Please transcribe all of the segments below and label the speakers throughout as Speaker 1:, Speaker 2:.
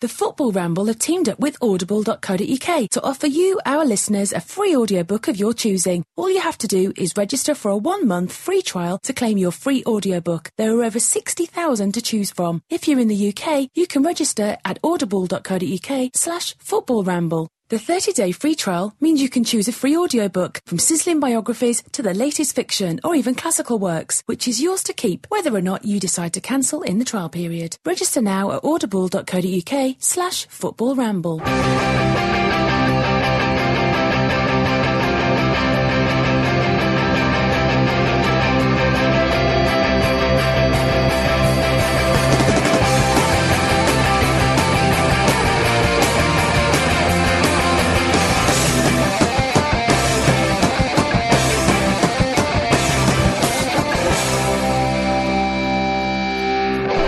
Speaker 1: The Football Ramble have teamed up with audible.co.uk to offer you, our listeners, a free audiobook of your choosing. All you have to do is register for a one month free trial to claim your free audiobook. There are over 60,000 to choose from. If you're in the UK, you can register at audible.co.uk slash football ramble. The 30 day free trial means you can choose a free audiobook from sizzling biographies to the latest fiction or even classical works, which is yours to keep whether or not you decide to cancel in the trial period. Register now at audible.co.uk slash football ramble.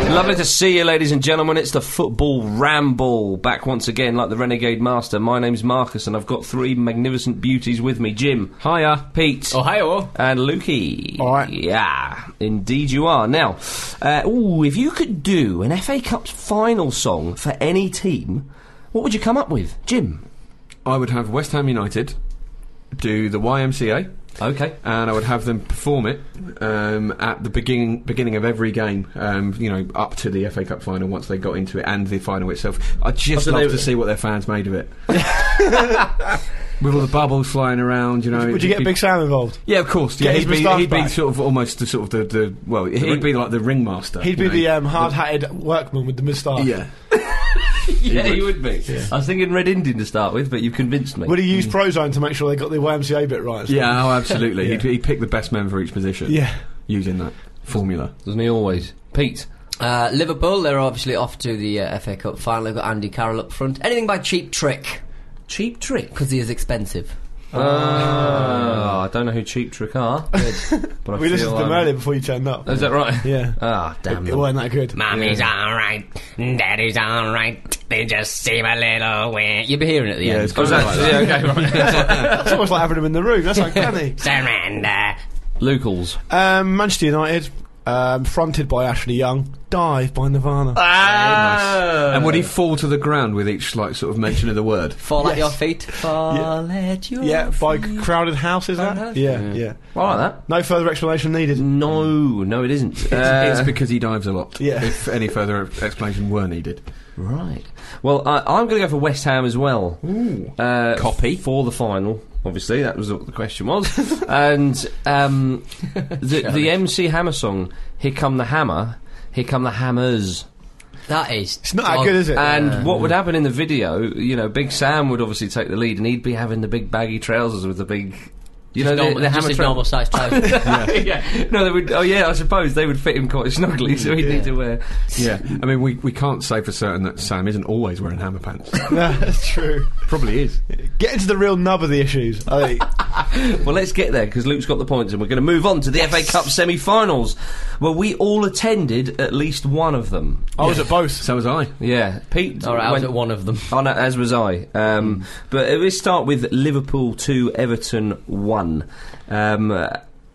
Speaker 2: Lovely to see you, ladies and gentlemen. It's the Football Ramble back once again, like the Renegade Master. My name's Marcus, and I've got three magnificent beauties with me Jim, Oh, hiya, Pete,
Speaker 3: Ohio.
Speaker 2: and Lukey.
Speaker 3: All right.
Speaker 2: Yeah, indeed you are. Now, uh, ooh, if you could do an FA Cup's final song for any team, what would you come up with, Jim?
Speaker 3: I would have West Ham United do the YMCA,
Speaker 2: Okay.
Speaker 3: and I would have them perform it um, at the beginning beginning of every game. Um, you know, up to the FA Cup final once they got into it and the final itself. I'd just
Speaker 2: Oh, so
Speaker 3: love
Speaker 2: they-
Speaker 3: to see what their fans made of it. With all the bubbles flying around, you know.
Speaker 4: Would you get
Speaker 3: it'd be-
Speaker 4: Big Sam involved?
Speaker 3: Yeah, of course. Yeah,
Speaker 4: Get his
Speaker 3: he'd be,
Speaker 4: moustache
Speaker 3: he'd be
Speaker 4: back?
Speaker 3: sort of almost the sort of the, the well, he'd be like the ringmaster.
Speaker 4: He'd be
Speaker 3: you
Speaker 4: the
Speaker 3: know.
Speaker 4: um, hard-hatted workman with the moustache.
Speaker 3: yeah.
Speaker 2: yeah, you would be. I was thinking Red Indian to start with, but you've convinced me.
Speaker 4: Would he use Prozone to make sure they got the YMCA bit right?
Speaker 3: Yeah, oh, absolutely. He'd, he'd pick the best men for each position.
Speaker 4: Yeah.
Speaker 3: using that formula.
Speaker 2: Doesn't he always? Pete.
Speaker 5: Uh, Liverpool, they're obviously off to the uh, FA Cup final. They've got Andy Carroll up front. Anything by Cheap Trick? Cheap Trick? Because he is expensive.
Speaker 2: Ah, I don't know who Cheap Trick are. but I
Speaker 4: We listened
Speaker 2: feel,
Speaker 4: to
Speaker 2: um,
Speaker 4: them earlier before you turned up.
Speaker 2: Is that right?
Speaker 4: Yeah.
Speaker 2: Ah, damn
Speaker 4: It
Speaker 2: them.
Speaker 4: wasn't that good.
Speaker 5: Mummy's alright, daddy's alright, they just seem a little weird. You'll be hearing it at the
Speaker 3: Yeah,
Speaker 5: end.
Speaker 3: it's kind of like that.
Speaker 2: Oh, yeah, okay, right.
Speaker 4: It's almost like having him in the room. That's uncanny.
Speaker 5: Surrender.
Speaker 2: Lucals.
Speaker 4: um, Manchester United, um, fronted by Ashley Young, Dive by Nirvana.
Speaker 3: And would he fall to the ground with each like sort of mention of the word?
Speaker 5: Fall at your feet. Fall at your
Speaker 4: yeah,
Speaker 5: feet.
Speaker 4: by Crowded House, is that?
Speaker 5: House?
Speaker 4: Yeah, yeah,
Speaker 2: I like that.
Speaker 4: No further explanation needed.
Speaker 2: No, no, it isn't.
Speaker 3: it's
Speaker 2: Uh,
Speaker 3: because he dives a lot.
Speaker 4: Yeah.
Speaker 3: If any further explanation were needed,
Speaker 2: right. Well, I, I'm going to go for West Ham as well. Ooh. Uh, Copy. For the final, obviously. That was what the question was. and um, the, the MC Hammer song, Here Come the Hammer, Here Come the Hammers.
Speaker 5: That is.
Speaker 4: It's not that good, is it?
Speaker 2: And what
Speaker 4: Um,
Speaker 2: would happen in the video, you know, Big Sam would obviously take the lead and he'd be having the big baggy trousers with the big. You know, the,
Speaker 5: Just normal,
Speaker 2: the
Speaker 5: just
Speaker 2: hammer
Speaker 5: his
Speaker 2: trousers.
Speaker 5: normal size trousers.
Speaker 2: yeah. No, they would. Oh, yeah. I suppose they would fit him quite snugly, so he'd need to wear.
Speaker 3: yeah. I mean, we, we can't say for certain that Sam isn't always wearing hammer pants.
Speaker 4: No, that's true.
Speaker 3: Probably is.
Speaker 4: Get into the real nub of the issues. I think.
Speaker 2: Well, let's get there because Luke's got the points, and we're going to move on to the FA Cup semi-finals, where we all attended at least one of them.
Speaker 5: Oh.
Speaker 4: I was at both.
Speaker 3: So was I.
Speaker 2: Yeah, Pete.
Speaker 5: All right, I was
Speaker 2: went-
Speaker 5: at one of them.
Speaker 2: Oh, no, as was I.
Speaker 5: Hmm.
Speaker 2: Um, But uh, let's start with Liverpool 2, Everton 1. Um, uh,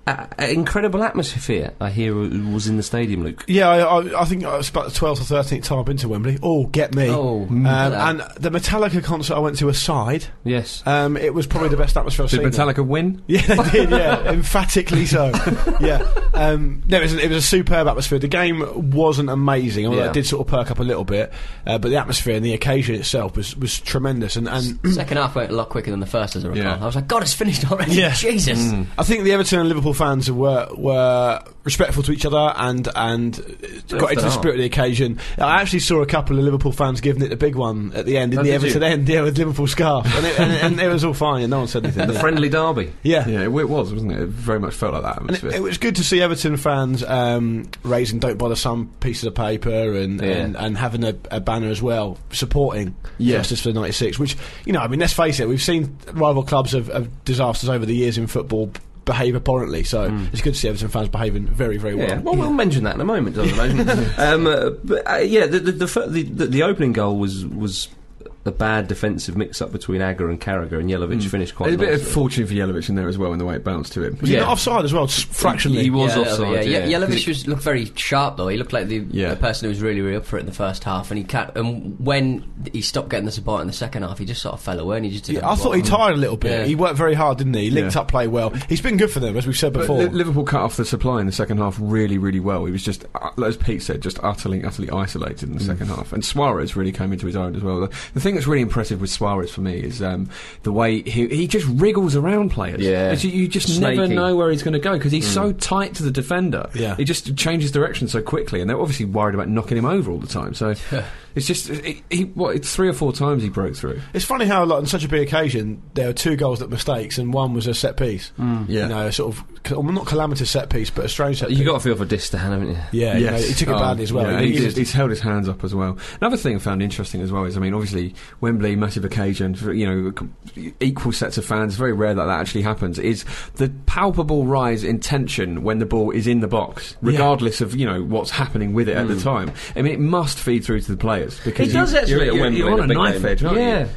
Speaker 2: uh, incredible atmosphere, I hear, uh, was in the stadium, Luke.
Speaker 4: Yeah, I, I, I think it's about the 12th or 13th time I've been to Wembley. Oh, get me.
Speaker 5: Oh,
Speaker 4: um,
Speaker 5: yeah.
Speaker 4: and the Metallica concert I went to aside,
Speaker 2: Yes.
Speaker 4: um, it was probably the best atmosphere I've
Speaker 3: Did
Speaker 4: seen. there.
Speaker 3: Metallica win?
Speaker 4: Yeah, they did. Yeah, emphatically so. Yeah, um, no, it was, it was a superb atmosphere. The game wasn't amazing, although
Speaker 2: Yeah.
Speaker 4: it did sort of perk up a little bit. Uh, but the atmosphere and the occasion itself was, was tremendous. And, and
Speaker 5: Second half went a lot quicker than the first, as I recall.
Speaker 3: Yeah.
Speaker 5: I was like, God, it's finished already.
Speaker 4: Yeah. Mm.
Speaker 5: Jesus.
Speaker 4: I think the Everton and Liverpool fans were were respectful to each other and and got into
Speaker 2: they
Speaker 4: the
Speaker 2: are.
Speaker 4: spirit of the occasion. I actually saw a couple of Liverpool fans giving it the big one at the end in
Speaker 2: Oh,
Speaker 4: the
Speaker 2: did you?
Speaker 4: Everton end, yeah, with Liverpool scarf, and it, and, and it was all fine, and no one said anything.
Speaker 2: The
Speaker 4: yeah.
Speaker 2: friendly derby.
Speaker 4: yeah,
Speaker 3: Yeah, it, w- it was, wasn't it? It very much felt like that.
Speaker 4: And it,
Speaker 3: atmosphere.
Speaker 4: it was good to see Everton fans um, raising "Don't bother" some pieces of paper and
Speaker 2: Yeah.
Speaker 4: and, and having a, a banner as well supporting
Speaker 3: Yeah.
Speaker 4: Justice for '96. Which you know, I mean, let's face it, we've seen rival clubs of, of disasters over the years in football b- behave abhorrently. So it's good to see Everton fans behaving very, very well.
Speaker 2: Hmm. Yeah, well, we'll mention that in a moment, I suppose. um, uh, but uh, yeah, the the, the, fir- the the the opening goal was was a bad defensive mix-up between Agger and Carragher, and Yelovich finished quite
Speaker 3: There's Mm. a bit of
Speaker 2: nicely.
Speaker 3: fortune for Yelovich in there as well in the way it bounced to him.
Speaker 4: Was he
Speaker 2: yeah.
Speaker 4: not offside as well, s- fractionally?
Speaker 2: He was
Speaker 5: yeah,
Speaker 2: offside.
Speaker 5: Yeah,
Speaker 2: yeah.
Speaker 5: yeah. Yelovich was, looked very sharp though. He looked like the,
Speaker 3: Yeah.
Speaker 5: the person who was really, really up for it in the first half. And he can't, and when he stopped getting the support in the second half, he just sort of fell away and he just. Didn't
Speaker 4: Yeah, I thought he
Speaker 5: bother.
Speaker 4: tired a little bit.
Speaker 5: Yeah.
Speaker 4: He worked very hard, didn't he? He linked
Speaker 3: Yeah.
Speaker 4: up, play well. He's been good for them, as we've said
Speaker 3: But
Speaker 4: before.
Speaker 3: Li- Liverpool cut off the supply in the second half really, really well. He was just, uh, as Pete said, just utterly, utterly isolated in the second half. And Suarez really came into his own as well. The, the thing that's really impressive with Suarez for me is um, the way he, he just wriggles around players.
Speaker 2: Yeah.
Speaker 3: It's- you, you just never
Speaker 2: Snaky.
Speaker 3: know where he's going to go because he's so tight to the defender.
Speaker 4: Yeah.
Speaker 3: He just changes direction so quickly, and they're obviously worried about knocking him over all the time. So it's just, it, he, what, it's three or four times he broke through.
Speaker 4: It's funny how, like, on such a big occasion, there were two goals that were mistakes, and one was a set piece.
Speaker 2: Hmm.
Speaker 3: Yeah.
Speaker 4: You know, a sort of, well, not calamitous set piece, but a strange set piece.
Speaker 2: You got to feel for Distan, haven't you?
Speaker 4: yeah, you know, he took it
Speaker 3: Um,
Speaker 4: badly as well.
Speaker 3: yeah,
Speaker 4: He-
Speaker 3: he's,
Speaker 4: he was-
Speaker 3: he's held his hands up as well. Another thing I found interesting as well is, I mean, obviously Wembley, massive occasion, for, you know, c- equal sets of fans. Very rare that that actually happens. Is the palpable rise in tension when the ball is in the box, regardless of you know what's happening with it at the time. I mean, it must feed through to the players because
Speaker 2: It
Speaker 3: you-
Speaker 2: does actually
Speaker 3: You're,
Speaker 2: at
Speaker 3: you're-
Speaker 2: Wembley,
Speaker 3: you're
Speaker 2: in
Speaker 3: on
Speaker 2: a
Speaker 3: a
Speaker 2: big
Speaker 3: knife
Speaker 2: game.
Speaker 3: edge, aren't
Speaker 2: yeah.
Speaker 3: you?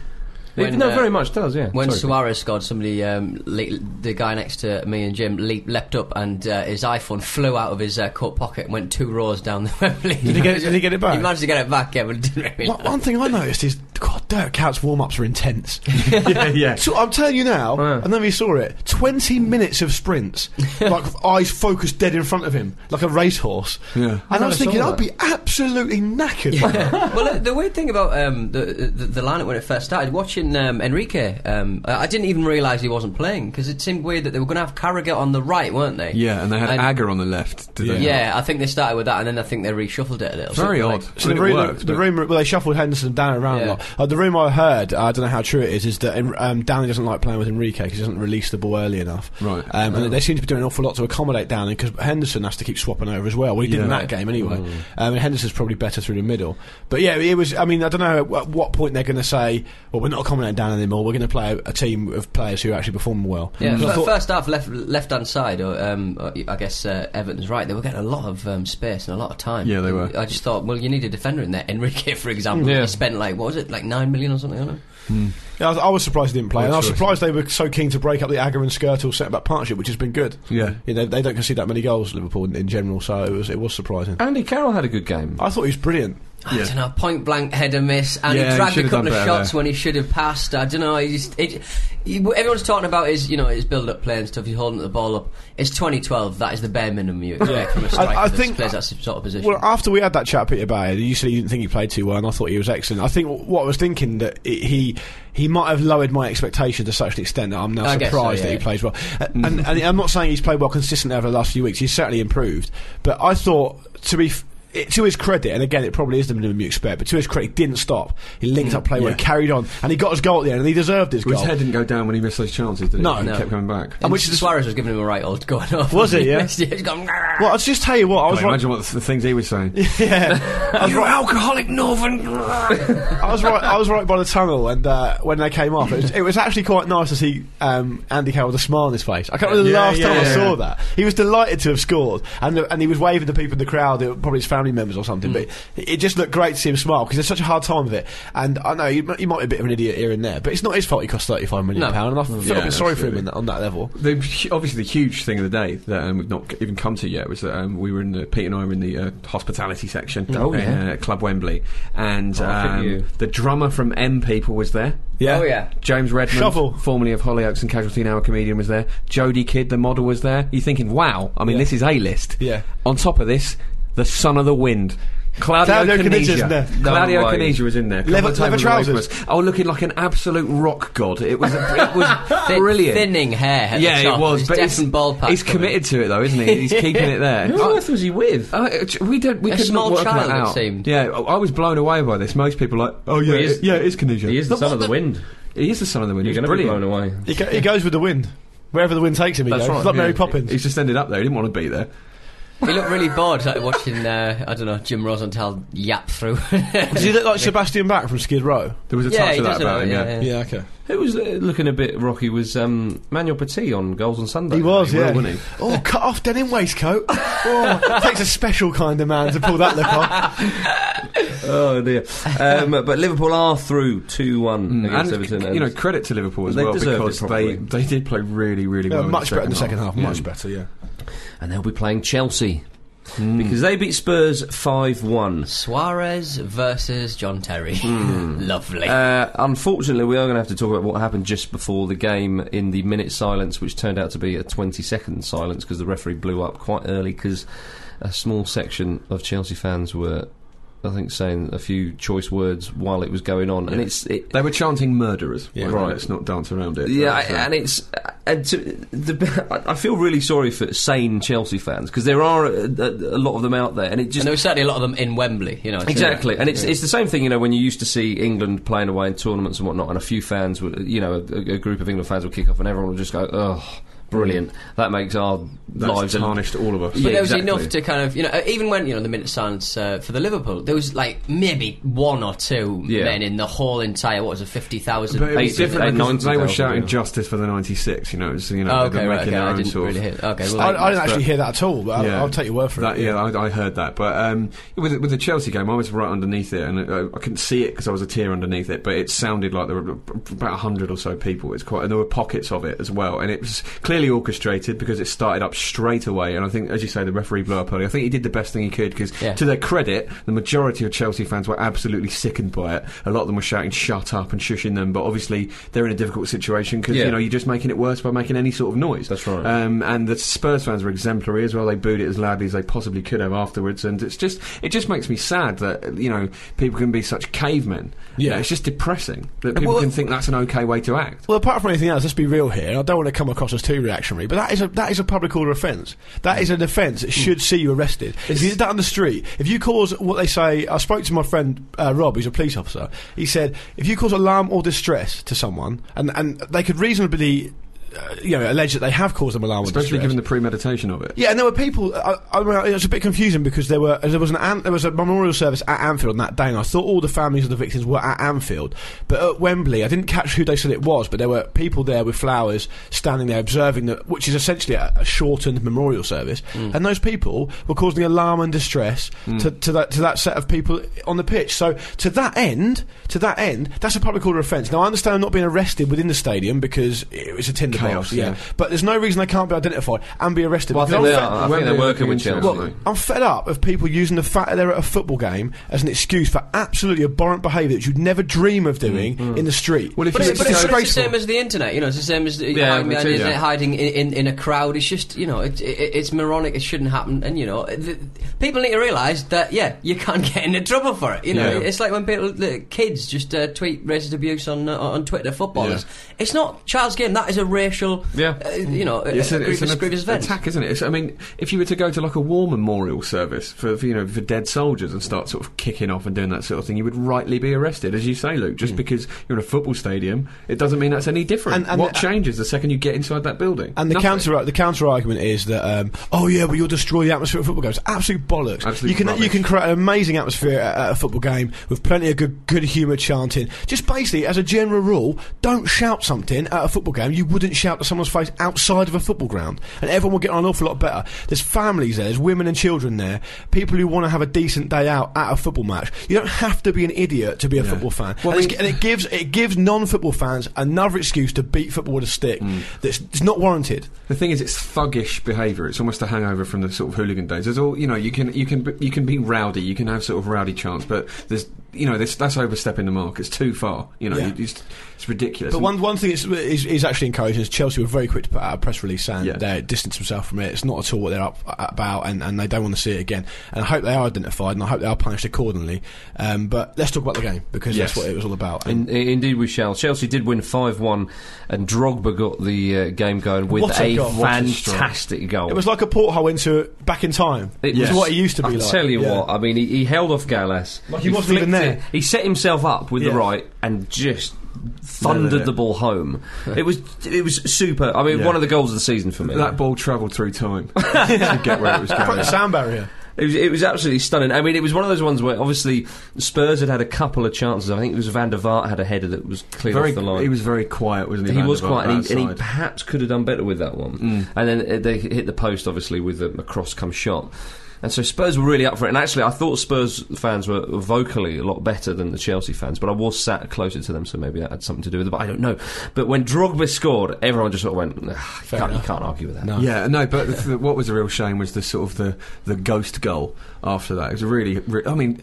Speaker 5: When,
Speaker 2: it, no,
Speaker 5: uh,
Speaker 2: very much does. Yeah.
Speaker 5: When
Speaker 2: Sorry.
Speaker 5: Suarez scored, somebody, um, le- the guy next to me and Jim, le- leapt up and uh, his iPhone flew out of his uh, coat pocket and went two rows down the Wembley.
Speaker 4: Did he get it- did he get it back?
Speaker 5: He managed to get it back, yeah, but it didn't really.
Speaker 4: One, one thing I noticed is, God, Dirk Coutts' warm ups are intense.
Speaker 3: yeah, yeah.
Speaker 4: so I'm telling you now,
Speaker 2: Yeah.
Speaker 4: and then we saw it 20 minutes of sprints, like eyes focused dead in front of him, like a racehorse.
Speaker 3: Yeah.
Speaker 4: And I,
Speaker 2: never
Speaker 4: was thinking,
Speaker 2: saw
Speaker 4: I'd be absolutely knackered. by that.
Speaker 5: well, uh, the weird thing about um, the, the the lineup when it first started, watching um, Enrique, um, I I didn't even realise he wasn't playing because it seemed weird that they were going to have Carragher on the right, weren't they?
Speaker 3: Yeah, and they had
Speaker 5: And-
Speaker 3: Agger on the left. Did
Speaker 5: Yeah.
Speaker 3: they?
Speaker 5: I think they started with that, and then I think they reshuffled it a little.
Speaker 3: very
Speaker 5: So,
Speaker 3: odd.
Speaker 5: like-
Speaker 4: So
Speaker 3: But
Speaker 4: the
Speaker 3: it
Speaker 4: rumour,
Speaker 3: worked,
Speaker 4: the
Speaker 3: but-
Speaker 4: rumour, well, they shuffled Henderson and Danny around
Speaker 5: Yeah.
Speaker 4: a lot. Uh, the rumour I heard, I don't know how true it is, is that um, um, Danny doesn't like playing with Enrique because he doesn't release the ball early enough.
Speaker 3: Right.
Speaker 4: Um, and they seem to be doing an awful lot to accommodate Danny because Henderson has to keep swapping over as well. Well, he did in
Speaker 3: Yeah. Mm.
Speaker 4: that game anyway. Um, and Henderson's probably better through the middle. But yeah, it was. I mean, I don't know at wh- what point they're going to say, well, we're not accommodating Danny anymore. We're going to play a, a team of players who actually perform well.
Speaker 5: Yeah,
Speaker 3: Mm.
Speaker 4: 'Cause I
Speaker 5: fir-
Speaker 4: thought-
Speaker 5: first half left left hand side, or um, uh, I guess uh, Everton's right. They were getting a lot of um, space and a lot of time.
Speaker 3: Yeah, they were.
Speaker 5: I just thought, well, you need a defender in there. Enrique, for example,
Speaker 2: Yeah.
Speaker 5: he spent like what was it, like nine million or something on him.
Speaker 4: yeah, I, was, I was surprised he didn't play.
Speaker 3: Good
Speaker 4: And I was
Speaker 3: choice.
Speaker 4: surprised they were so keen to break up the Agger and Skirtle centre back partnership, which has been good.
Speaker 3: Yeah.
Speaker 4: You know, they don't concede that many goals, Liverpool, in, in general, so it was, it was surprising.
Speaker 2: Andy Carroll had a good game.
Speaker 4: I thought he was brilliant.
Speaker 5: I don't know, point blank header miss, and
Speaker 3: Yeah,
Speaker 5: he
Speaker 3: he
Speaker 5: dragged
Speaker 3: should
Speaker 5: a
Speaker 3: have
Speaker 5: couple
Speaker 3: done
Speaker 5: of
Speaker 3: better
Speaker 5: shots
Speaker 3: there.
Speaker 5: when he should have passed. I don't know. He just, it, he, everyone's talking about his, you know, his build-up play and stuff. He's holding the ball up. It's 2012. That is the bare minimum you expect from a striker
Speaker 4: I
Speaker 5: that
Speaker 4: think-
Speaker 5: plays that sort of position.
Speaker 4: Well, after we had that chat, Peter Bayer, you said you didn't think he played too well, and I thought he was excellent. I think what I was thinking that i he he might have lowered my expectations to such an extent that I'm now
Speaker 5: I guess so,
Speaker 4: surprised
Speaker 5: yeah.
Speaker 4: that he plays well. Uh, And, and I'm not saying he's played well consistently over the last few weeks. He's certainly improved, but I thought to be. F- it, to his credit, and again, it probably is the minimum you expect, but to his credit, he didn't stop. He linked
Speaker 5: Mm,
Speaker 4: up play well, he
Speaker 3: yeah.
Speaker 4: carried on, and he got his goal at the end, and he deserved his
Speaker 3: Well,
Speaker 4: goal.
Speaker 3: His head didn't go down when he missed those chances, did he?
Speaker 4: No.
Speaker 3: He
Speaker 4: No.
Speaker 3: kept coming back.
Speaker 5: and
Speaker 4: which
Speaker 5: which
Speaker 4: is-
Speaker 5: Suarez was giving him a right old going off.
Speaker 4: Was it, yeah?
Speaker 5: He's gone,
Speaker 4: well, I'll just tell you what, I was
Speaker 3: Can you
Speaker 4: right.
Speaker 3: imagine what the, the things he was saying.
Speaker 4: Yeah. I was
Speaker 3: You're
Speaker 4: right.
Speaker 3: alcoholic northern.
Speaker 4: I was right. I was right by the tunnel, and uh, when they came off, it was, it was actually quite nice to see um, Andy Carroll with a smile on his face. I can't remember the
Speaker 3: Yeah,
Speaker 4: last
Speaker 3: yeah,
Speaker 4: time I
Speaker 3: yeah.
Speaker 4: saw that. He was delighted to have scored, and and he was waving to people in the crowd, who were probably his family members or something.
Speaker 3: Mm.
Speaker 4: But it just looked great to see him smile because it's such a hard time of it. And I know he, m- he might be a bit of an idiot here and there, but it's not his fault. He cost thirty five million
Speaker 5: No.
Speaker 4: pound, and I feel a
Speaker 3: Yeah,
Speaker 4: bit sorry for him
Speaker 3: absolutely.
Speaker 4: in that, on that level.
Speaker 3: the, hu- obviously, the huge thing of the day that um, we've not c- even come to yet was that um, we were in the Pete and I were in the uh, hospitality section
Speaker 2: Oh,
Speaker 3: in,
Speaker 2: yeah.
Speaker 3: uh, Club Wembley, and
Speaker 2: Oh, look at you.
Speaker 3: um, the drummer from M People was there.
Speaker 4: Yeah.
Speaker 5: Oh yeah.
Speaker 3: James Redmond,
Speaker 4: Shovel.
Speaker 3: formerly of Hollyoaks and Casualty Now a comedian, was there. Jodie Kidd, the model, was there. You're thinking, wow, I mean, this is A list.
Speaker 4: Yeah.
Speaker 3: On top of this, the Son of the Wind. Claudio
Speaker 4: Claudio Canisia's in
Speaker 3: Canizia.
Speaker 4: there.
Speaker 3: Claudio
Speaker 2: No way.
Speaker 3: Canizia was in there. Couple
Speaker 4: Leather-
Speaker 3: of tables
Speaker 4: leather
Speaker 3: away from
Speaker 4: trousers.
Speaker 3: us. Oh, looking like an absolute rock god. It was, it was
Speaker 5: Thin-
Speaker 3: brilliant.
Speaker 5: Thinning hair. At
Speaker 3: yeah,
Speaker 5: the top.
Speaker 3: it was.
Speaker 5: It's
Speaker 3: but
Speaker 5: definitely
Speaker 3: he's,
Speaker 5: bald patch
Speaker 3: he's
Speaker 5: coming.
Speaker 3: committed to it though, isn't he? He's keeping it there.
Speaker 2: Who on earth was he with?
Speaker 3: Oh, it- we don't. We
Speaker 5: A
Speaker 3: could
Speaker 5: small
Speaker 3: not work
Speaker 5: child,
Speaker 3: that
Speaker 5: it
Speaker 3: out.
Speaker 5: seemed.
Speaker 3: Yeah, I I was blown away by this. Most people are like, oh yeah,
Speaker 2: Well, he is-
Speaker 3: it- yeah, it is Canizia.
Speaker 2: He is the son of the wind.
Speaker 3: He is the son of the wind.
Speaker 2: You're
Speaker 3: He's
Speaker 2: going to be
Speaker 3: brilliant.
Speaker 2: blown away.
Speaker 4: He, go, he goes with the wind. Wherever the wind takes him, he
Speaker 3: That's
Speaker 4: goes.
Speaker 3: right.
Speaker 4: It's like
Speaker 3: yeah.
Speaker 4: Mary Poppins.
Speaker 3: He's just ended up there. He didn't want to be there.
Speaker 5: He looked really bored, like watching, uh, I don't know, Jim Rosenthal yap through.
Speaker 4: Does he look like Sebastian Bach from Skid Row?
Speaker 3: There was a
Speaker 5: yeah,
Speaker 3: touch
Speaker 5: he
Speaker 3: of that
Speaker 5: does
Speaker 3: about
Speaker 5: look-
Speaker 3: him.
Speaker 5: yeah, yeah.
Speaker 4: okay.
Speaker 2: Who was uh, looking a bit rocky was um, Manuel Petit on Goals on Sunday.
Speaker 4: He was,
Speaker 3: He will,
Speaker 4: yeah.
Speaker 3: wouldn't he?
Speaker 4: Oh, cut off denim waistcoat. Oh, takes a special kind of man to pull that look off.
Speaker 2: Oh dear. Um, but Liverpool are through two one against
Speaker 3: Mm, And
Speaker 2: Everton.
Speaker 3: you know, credit to Liverpool as
Speaker 2: They
Speaker 3: well
Speaker 2: deserved it
Speaker 3: because
Speaker 2: probably.
Speaker 3: they they did play really really
Speaker 4: Yeah,
Speaker 3: well.
Speaker 4: much better in the second half.
Speaker 3: Yeah.
Speaker 4: Much better, yeah.
Speaker 2: and they'll be playing Chelsea
Speaker 3: Mm.
Speaker 2: because they beat Spurs five one.
Speaker 5: Suarez versus John Terry. Lovely.
Speaker 2: Uh, unfortunately, we are going to have to talk about what happened just before the game in the minute silence, which turned out to be a 20 second silence because the referee blew up quite early because a small section of Chelsea fans were, I think, saying a few choice words while it was going on. And it's. It,
Speaker 3: They were chanting murderers.
Speaker 4: Yeah.
Speaker 3: right.
Speaker 2: Right.
Speaker 3: Let's not dance around it.
Speaker 2: Yeah, I,
Speaker 3: That's, uh,
Speaker 2: and it's and to, the, I I feel really sorry for sane Chelsea fans because there are a, a, a lot of them out there, and it
Speaker 5: and
Speaker 2: just
Speaker 5: there were certainly a lot of them in Wembley, you know. so-
Speaker 2: Exactly, and it's it's the same thing, you know, when you used to see England playing away in tournaments and whatnot, and a few fans would, you know, a, a group of England fans would kick off, and everyone would just go, "Oh, brilliant! That makes our
Speaker 3: that's
Speaker 2: lives a-
Speaker 3: tarnished all of us.
Speaker 5: But
Speaker 2: Yeah,
Speaker 5: there was
Speaker 2: exactly.
Speaker 5: enough to kind of, you know, uh, even when, you know, the minute silence uh, for the Liverpool, there was like maybe one or two
Speaker 2: Yeah.
Speaker 5: men in the whole entire, what was it, 50,000?
Speaker 3: But it was
Speaker 2: Eight-
Speaker 3: different
Speaker 2: eight-
Speaker 3: because they were
Speaker 2: 90,000,
Speaker 3: shouting
Speaker 2: yeah.
Speaker 3: justice for the 96, you know, it's, you know,
Speaker 5: Oh,
Speaker 3: they're
Speaker 5: okay, right,
Speaker 3: making
Speaker 5: okay,
Speaker 3: their
Speaker 5: I
Speaker 3: own
Speaker 5: didn't
Speaker 3: sort of
Speaker 5: really hear. Okay, well,
Speaker 4: I, I didn't
Speaker 3: but-
Speaker 4: actually hear that at all, but
Speaker 3: Yeah.
Speaker 4: I'll, I'll take your word for
Speaker 3: That-
Speaker 4: it.
Speaker 3: Yeah, I, I heard that. But um, with, with the Chelsea game, I was right underneath it, and uh, I, I couldn't see it because I was a tear underneath it. But it sounded like there were about hundred or so people. It's quite, and there were pockets of it as well, and it was clearly orchestrated because it started up straight away. And I think, as you say, the referee blew up early. I think he did the best thing he could because,
Speaker 5: Yeah.
Speaker 3: to their credit, the majority of Chelsea fans were absolutely sickened by it. A lot of them were shouting "shut up" and shushing them, but obviously they're in a difficult situation because
Speaker 2: Yeah.
Speaker 3: you know you're just making it worse by making any sort of noise.
Speaker 2: That's right.
Speaker 3: Um, and the Spurs fans were exemplary as well. They booed it as loudly as they possibly could have afterwards, and it's just it just makes me sad that you know people can be such cavemen.
Speaker 4: Yeah.
Speaker 3: it's just depressing that people
Speaker 4: Well-
Speaker 3: can think that's an okay way to act.
Speaker 4: Well, apart from anything else, let's be real here. and I don't want to come across as too reactionary, but that is a that is a public order offence. That is an offence that should see you arrested. If you did that on the street, if you cause what they say, I spoke to my friend uh, Rob, who's a police officer. He said if you cause alarm or distress to someone, and and they could reasonably, uh, you know, allege that they have caused them alarm or
Speaker 3: Especially
Speaker 4: distress.
Speaker 3: given the premeditation of it.
Speaker 4: Yeah, and there were people. I, I mean, it was a bit confusing because there were there was an an- there was a memorial service at Anfield on that day, and I thought all the families of the victims were at Anfield, but at Wembley, I didn't catch who they said it was, but there were people there with flowers standing there observing that, which is essentially a, a shortened memorial service, and those people were causing alarm and distress to, to that to that set of people on the pitch. So to that end, to that end, that's a public order offence. Now I understand not being arrested within the stadium because it was a tinderbox,
Speaker 3: Chaos,
Speaker 4: yeah.
Speaker 3: yeah.
Speaker 4: but there's no reason they can't be identified and be arrested.
Speaker 2: Well, I
Speaker 4: because
Speaker 2: think,
Speaker 4: I'm
Speaker 2: they
Speaker 4: fe-
Speaker 2: are, I think they're working with Chelsea.
Speaker 3: Well,
Speaker 4: I'm fed up of people using the fact that they're at a football game as an excuse for absolutely abhorrent behaviour that you'd never dream of doing
Speaker 2: Mm,
Speaker 4: in the street.
Speaker 3: Well, if
Speaker 5: But,
Speaker 3: you
Speaker 5: it's,
Speaker 3: were
Speaker 5: but
Speaker 3: to
Speaker 5: it's,
Speaker 3: go-
Speaker 5: but it's the same as the internet, you know. It's the same as uh,
Speaker 2: Yeah,
Speaker 5: hiding
Speaker 2: me
Speaker 5: behind
Speaker 2: too,
Speaker 5: the internet,
Speaker 2: yeah.
Speaker 5: hiding in, in, in a crowd. It's just, you know, it, it, it's moronic. It shouldn't happen. And you know, the, people need to realise that, yeah, you can't get into trouble for it. You know,
Speaker 3: Yeah.
Speaker 5: it's like when people, the kids, just uh, tweet racist abuse on uh, on Twitter. Footballers, it's not child's game. That is a racial,
Speaker 2: Yeah.
Speaker 5: uh, you know,
Speaker 3: It's,
Speaker 5: a,
Speaker 3: a, it's
Speaker 5: grievous,
Speaker 3: an
Speaker 5: grievous event.
Speaker 3: attack, isn't it? It's- I mean, if you were to go to like a war memorial service for, for you know for dead soldiers and start sort of kicking off and doing that sort of thing, you would rightly be arrested, as you say, Luke.
Speaker 5: Hmm.
Speaker 3: Just because you're in a football stadium, it doesn't mean that's any different.
Speaker 4: And- and
Speaker 3: what
Speaker 4: the- uh,
Speaker 3: changes the second you get inside that building?
Speaker 4: and the
Speaker 3: Nothing.
Speaker 4: counter the counter argument is that um, oh yeah, but you'll destroy the atmosphere at football games. Absolute bollocks.
Speaker 3: Absolute
Speaker 4: you can
Speaker 3: rubbish.
Speaker 4: you can create an amazing atmosphere at, at a football game with plenty of good good humour chanting. Just basically, as a general rule, don't shout something at a football game you wouldn't shout to someone's face outside of a football ground, and everyone will get on an awful lot better. There's families there, there's women and children there, people who want to have a decent day out at a football match. You don't have to be an idiot to be a football fan.
Speaker 3: Well,
Speaker 4: and,
Speaker 3: we-
Speaker 4: it's- and it gives it gives non-football fans another excuse to beat football with a stick.
Speaker 3: Mm.
Speaker 4: That's it's not warranted.
Speaker 3: The thing is, it's thuggish behaviour. It's almost a hangover from the sort of hooligan days. There's all you know. You can you can b- you can be rowdy. You can have sort of rowdy chants, but there's you know, this, that's overstepping the mark. It's too far. You know,
Speaker 4: Yeah.
Speaker 3: it- it's, it's ridiculous.
Speaker 4: But
Speaker 3: And-
Speaker 4: one one thing is, is, is actually encouraging is Chelsea were very quick to put out a press release saying
Speaker 3: Yeah.
Speaker 4: they distance themselves from it. It's not at all what they're up about, and, and they don't want to see it again. And I hope they are identified, and I hope they are punished accordingly. Um, but let's talk about the game because
Speaker 3: Yes.
Speaker 4: that's what it was all about. And
Speaker 2: In, i- indeed, we shall. Chelsea did win 5 1, and Drogba got the uh, game going with
Speaker 4: What a
Speaker 2: a,
Speaker 4: goal. What
Speaker 3: a strike.
Speaker 2: fantastic goal.
Speaker 4: it was like a porthole into back in time. It was
Speaker 3: Yes.
Speaker 4: what it used to be
Speaker 2: I'll
Speaker 4: like.
Speaker 2: tell you
Speaker 4: Yeah.
Speaker 2: what, I mean, he, he held off Gallas.
Speaker 4: Like he wasn't
Speaker 2: flicked
Speaker 4: even there.
Speaker 2: it. He set himself up with the
Speaker 4: Yeah.
Speaker 2: right and just thundered
Speaker 3: Nailed it.
Speaker 2: the ball home. it was it was super. I mean,
Speaker 3: Yeah.
Speaker 2: one of the goals of the season for me.
Speaker 3: that ball travelled through time to get where it was
Speaker 4: Front
Speaker 3: going.
Speaker 4: of the sound barrier.
Speaker 2: It was, it was absolutely stunning. I mean, it was one of those ones where obviously Spurs had had a couple of chances. I think it was Van der Vaart had a header that was cleared
Speaker 3: Very,
Speaker 2: off the line.
Speaker 3: he was very quiet, wasn't he?
Speaker 2: He
Speaker 3: Van
Speaker 2: was
Speaker 3: der Vaart, Mm.
Speaker 2: quite, and he,
Speaker 3: that
Speaker 2: and he
Speaker 3: side?
Speaker 2: perhaps could have done better with that one. And then uh, they hit the post, obviously, with a, a cross come shot. And so Spurs were really up for it. And actually, I thought Spurs fans were vocally a lot better than the Chelsea fans, but I was sat closer to them, so maybe that had something to do with it, but I don't know. But when Drogba scored, everyone just sort of went, "Ugh, you, can't, you can't argue with that.
Speaker 4: No.
Speaker 3: Yeah, no, but th- what was a real shame was the sort of the, the ghost goal after that. It was a really, re- I mean,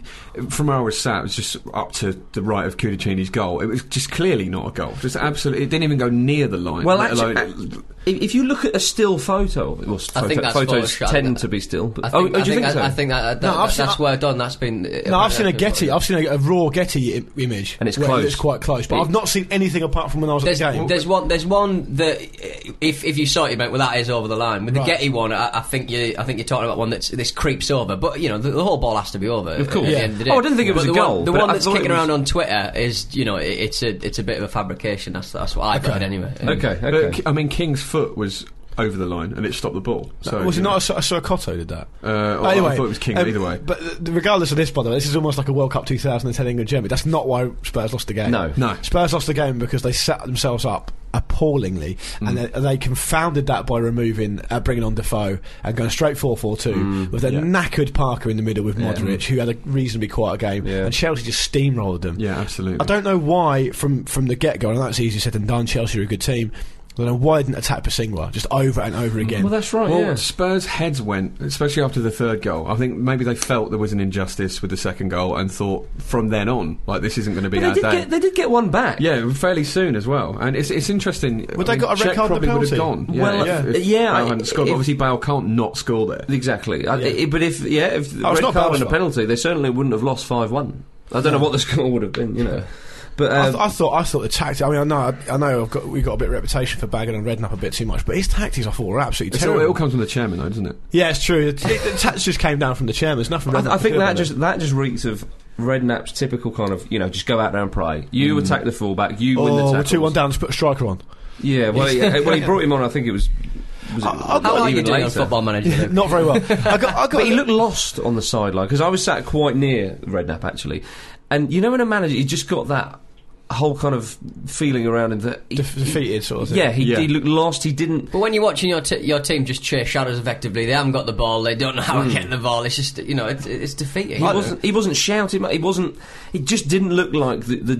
Speaker 3: from where I was sat, it was just up to the right of Cudicini's goal. It was just clearly not a goal. Just absolutely, it didn't even go near the line.
Speaker 2: Well,
Speaker 3: let
Speaker 2: actually, uh,
Speaker 3: alone-
Speaker 2: If, if you look at a still photo, of it, well, photo
Speaker 5: think that's
Speaker 2: photos
Speaker 5: Photoshop.
Speaker 2: tend to be still. But,
Speaker 5: I think,
Speaker 2: oh, oh, do
Speaker 5: I,
Speaker 2: you think,
Speaker 5: think
Speaker 2: so?
Speaker 5: I, I think that, that,
Speaker 4: No,
Speaker 5: that-
Speaker 4: I've seen-
Speaker 5: that's well done. That's been.
Speaker 4: No, I've seen a Getty. I've seen a, a raw Getty I- image,
Speaker 2: And it's
Speaker 4: where
Speaker 2: close.
Speaker 4: It's quite close, but I've not seen anything apart from when I was
Speaker 5: There's,
Speaker 4: at the game.
Speaker 5: there's one. There's one that uh, if if you saw it, you meant well that is over the line. With the
Speaker 4: Right.
Speaker 5: Getty one, I, I think you I think you're talking about one that's this creeps over. But you know the, the whole ball has to be over. Of
Speaker 2: course.
Speaker 5: At
Speaker 2: Yeah.
Speaker 5: the end of the day.
Speaker 2: Oh, I didn't think it
Speaker 5: But
Speaker 2: was a
Speaker 5: the
Speaker 2: goal,
Speaker 5: One, the
Speaker 2: but
Speaker 5: one
Speaker 2: I
Speaker 5: that's
Speaker 2: thought it
Speaker 5: kicking
Speaker 2: was-
Speaker 5: around on Twitter is you know it, it's a it's a bit of a fabrication. That's that's what I got anyway.
Speaker 2: okay,
Speaker 3: But,
Speaker 2: okay.
Speaker 3: K- I mean, King's foot was over the line and it stopped the ball. So
Speaker 4: was it
Speaker 3: you know.
Speaker 4: not a, a Sokoto did that?
Speaker 3: Uh, well, I thought it was King, but
Speaker 4: um,
Speaker 3: either way.
Speaker 4: But uh, regardless of this, by the way, this is almost like a World Cup 2010 England Germany. That's not why Spurs lost the game.
Speaker 2: No.
Speaker 3: No.
Speaker 4: Spurs lost the game because they set themselves up appallingly,
Speaker 3: Mm.
Speaker 4: and they, they confounded that by removing, uh, bringing on Defoe and going straight 4-4-2 with a
Speaker 3: Mm. yeah.
Speaker 4: knackered Parker in the middle with Modric, who had a reasonably quiet game,
Speaker 2: Yeah.
Speaker 4: and Chelsea just steamrolled them.
Speaker 3: Yeah, absolutely.
Speaker 4: I don't know why, from, from the get go, and that's easier said than done. Chelsea are a good team. I don't know why they didn't attack Pasingwa just over and over again.
Speaker 2: well, that's right,
Speaker 3: Well,
Speaker 2: yeah.
Speaker 3: Spurs' heads went, especially after the third goal. I think maybe they felt there was an injustice with the second goal and thought from then on, like this isn't going to be
Speaker 2: But they
Speaker 3: our
Speaker 2: did,
Speaker 3: day.
Speaker 2: get, they did get one back.
Speaker 3: yeah, fairly soon as well, and it's it's interesting. um,
Speaker 4: Would they got a red
Speaker 3: Czech
Speaker 4: card and a
Speaker 3: Probably would have
Speaker 4: penalty?
Speaker 3: gone. Yeah,
Speaker 2: Well,
Speaker 3: if-
Speaker 2: yeah.
Speaker 3: if
Speaker 2: Yeah,
Speaker 3: Bale
Speaker 2: I-
Speaker 3: hadn't scored. but
Speaker 2: if-
Speaker 3: obviously, Bale can't not score there.
Speaker 2: Exactly. I- i- but if yeah, if the
Speaker 4: Oh, it's
Speaker 2: red card
Speaker 4: not Bale's
Speaker 2: and a
Speaker 4: fault.
Speaker 2: penalty, they certainly wouldn't have lost five one. I don't know what the score would have been, you know. But
Speaker 4: I,
Speaker 2: um,
Speaker 4: th- I thought I thought the tactics. I mean, I know I know I've got, we got a bit of reputation for bagging and redding up a bit too much, but his tactics I thought were absolutely
Speaker 3: It's all, it all
Speaker 4: terrible.
Speaker 3: comes from the chairman, though, doesn't it?
Speaker 4: yeah, it's true. It, it, the tactics just came down from the chairman. There's nothing.
Speaker 2: I,
Speaker 4: Redknapp
Speaker 2: th- I
Speaker 4: could
Speaker 2: think
Speaker 4: do
Speaker 2: that
Speaker 4: about it.
Speaker 2: just that just reeks of Redknapp's typical kind of you know just go out there and pray. You attack the fullback, you win the
Speaker 4: Mm. Oh, we're
Speaker 2: tackles.
Speaker 4: two one down. Let's put a striker on.
Speaker 2: Yeah, well, yeah, when he brought him on, I think it was. was it,
Speaker 4: Oh,
Speaker 5: How are you
Speaker 2: even
Speaker 5: doing on
Speaker 2: later.
Speaker 5: Football Manager?
Speaker 4: Not very well. I got. I got
Speaker 2: But he looked lost on the sideline because I was sat quite near Redknapp actually, and you know when a manager you just got that whole kind of feeling around him that he,
Speaker 4: def- defeated, sort of. Thing.
Speaker 2: yeah, he,
Speaker 3: Yeah.
Speaker 2: he looked lost. He didn't
Speaker 5: But when you're watching your t- your team just chase shadows effectively, they haven't got the ball. They don't know how to get the ball. It's just you know it's, it's defeating.
Speaker 2: Hmm. He wasn't. He wasn't shouting. He wasn't. He just didn't look like the, the,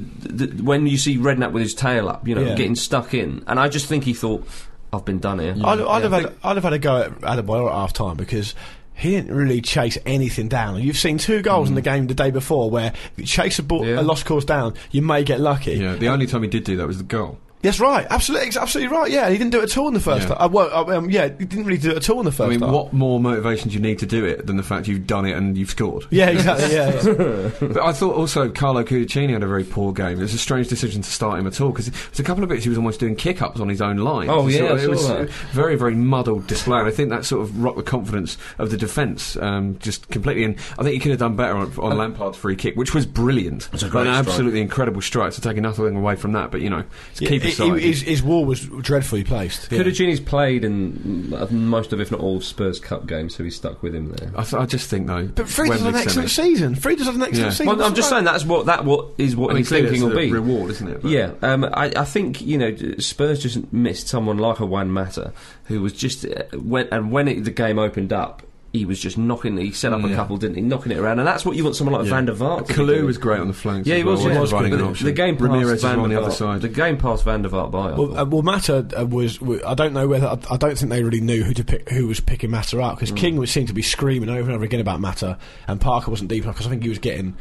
Speaker 2: the when you see Redknapp with his tail up, you know,
Speaker 4: Yeah.
Speaker 2: getting stuck in. And I just think he thought, "I've been done here." Oh,
Speaker 4: I'd, I'd have had. I'd have had a go at Adebayor at half time because. He didn't really chase anything down. You've seen two goals in the game the day before where if you chase a, ball,
Speaker 2: Mm. Yeah.
Speaker 4: a lost cause down, you may get lucky.
Speaker 3: Yeah, the only time he did do that was the goal.
Speaker 4: That's right. Absolutely, it's absolutely right. Yeah, he didn't do it at all in the first.
Speaker 3: Yeah.
Speaker 4: Yeah. well, I, um, yeah, he didn't really do it at all in the first.
Speaker 3: I mean,
Speaker 4: half.
Speaker 3: what more motivation do you need to do it than the fact you've done it and you've scored?
Speaker 4: Yeah, exactly. Yeah, yeah.
Speaker 3: But I thought also Carlo Cudicini had a very poor game. It was a strange decision to start him at all because there's a couple of bits he was almost doing kick ups on his own line.
Speaker 2: Oh, yeah, I
Speaker 3: it
Speaker 2: saw
Speaker 3: was
Speaker 2: that.
Speaker 3: a very very muddled display, and I think that sort of rocked the confidence of the defence um, just completely. And I think he could have done better on, on Lampard's free kick, which was brilliant. It's
Speaker 2: a great
Speaker 3: an
Speaker 2: strike.
Speaker 3: absolutely incredible strike. So taking nothing away from that, but you know, it's
Speaker 4: Yeah,
Speaker 3: keeper side.
Speaker 4: he- he- his, his wall was dreadfully placed. Yeah.
Speaker 2: Cudicini's played in uh, most of, if not all, of Spurs Cup games, so he's stuck with him there.
Speaker 3: I, th- I just think though,
Speaker 4: But Frida's had an
Speaker 3: Wembley's
Speaker 4: excellent
Speaker 3: semi-
Speaker 4: season. Frida's had an excellent
Speaker 3: Yeah.
Speaker 4: season.
Speaker 2: Well, I'm just saying that's what that what is what
Speaker 3: I mean,
Speaker 2: his
Speaker 3: clearly
Speaker 2: thinking
Speaker 3: it's
Speaker 2: will
Speaker 3: a
Speaker 2: be.
Speaker 3: reward, isn't it? But-
Speaker 2: Yeah, um, I, I think you know Spurs just missed someone like a Wan Mata, who was just uh, when and when it, the game opened up, he was just knocking. He set up a
Speaker 3: yeah.
Speaker 2: couple, didn't he? Knocking it around, and that's what you want someone like
Speaker 3: Yeah.
Speaker 2: Van der Vaart. to be
Speaker 3: Kalou
Speaker 2: doing.
Speaker 3: was great on the flanks.
Speaker 2: Yeah,
Speaker 3: as
Speaker 2: he was.
Speaker 3: well,
Speaker 2: yeah. But
Speaker 3: wasn't Running an
Speaker 2: the,
Speaker 3: option.
Speaker 2: the game passed
Speaker 3: Ramirez was
Speaker 2: Van
Speaker 3: on
Speaker 2: der
Speaker 3: the other
Speaker 2: Vaart-
Speaker 3: side.
Speaker 2: The game passed Van der Vaart by. I
Speaker 4: Well,
Speaker 2: thought.
Speaker 4: uh, well, Matter uh, was, w I don't know whether. I, I don't think they really knew who to pick, who was picking Matter
Speaker 3: Mm.
Speaker 4: up because King was seemed to be screaming over and over again about Matter, and Parker wasn't deep enough because I think he was getting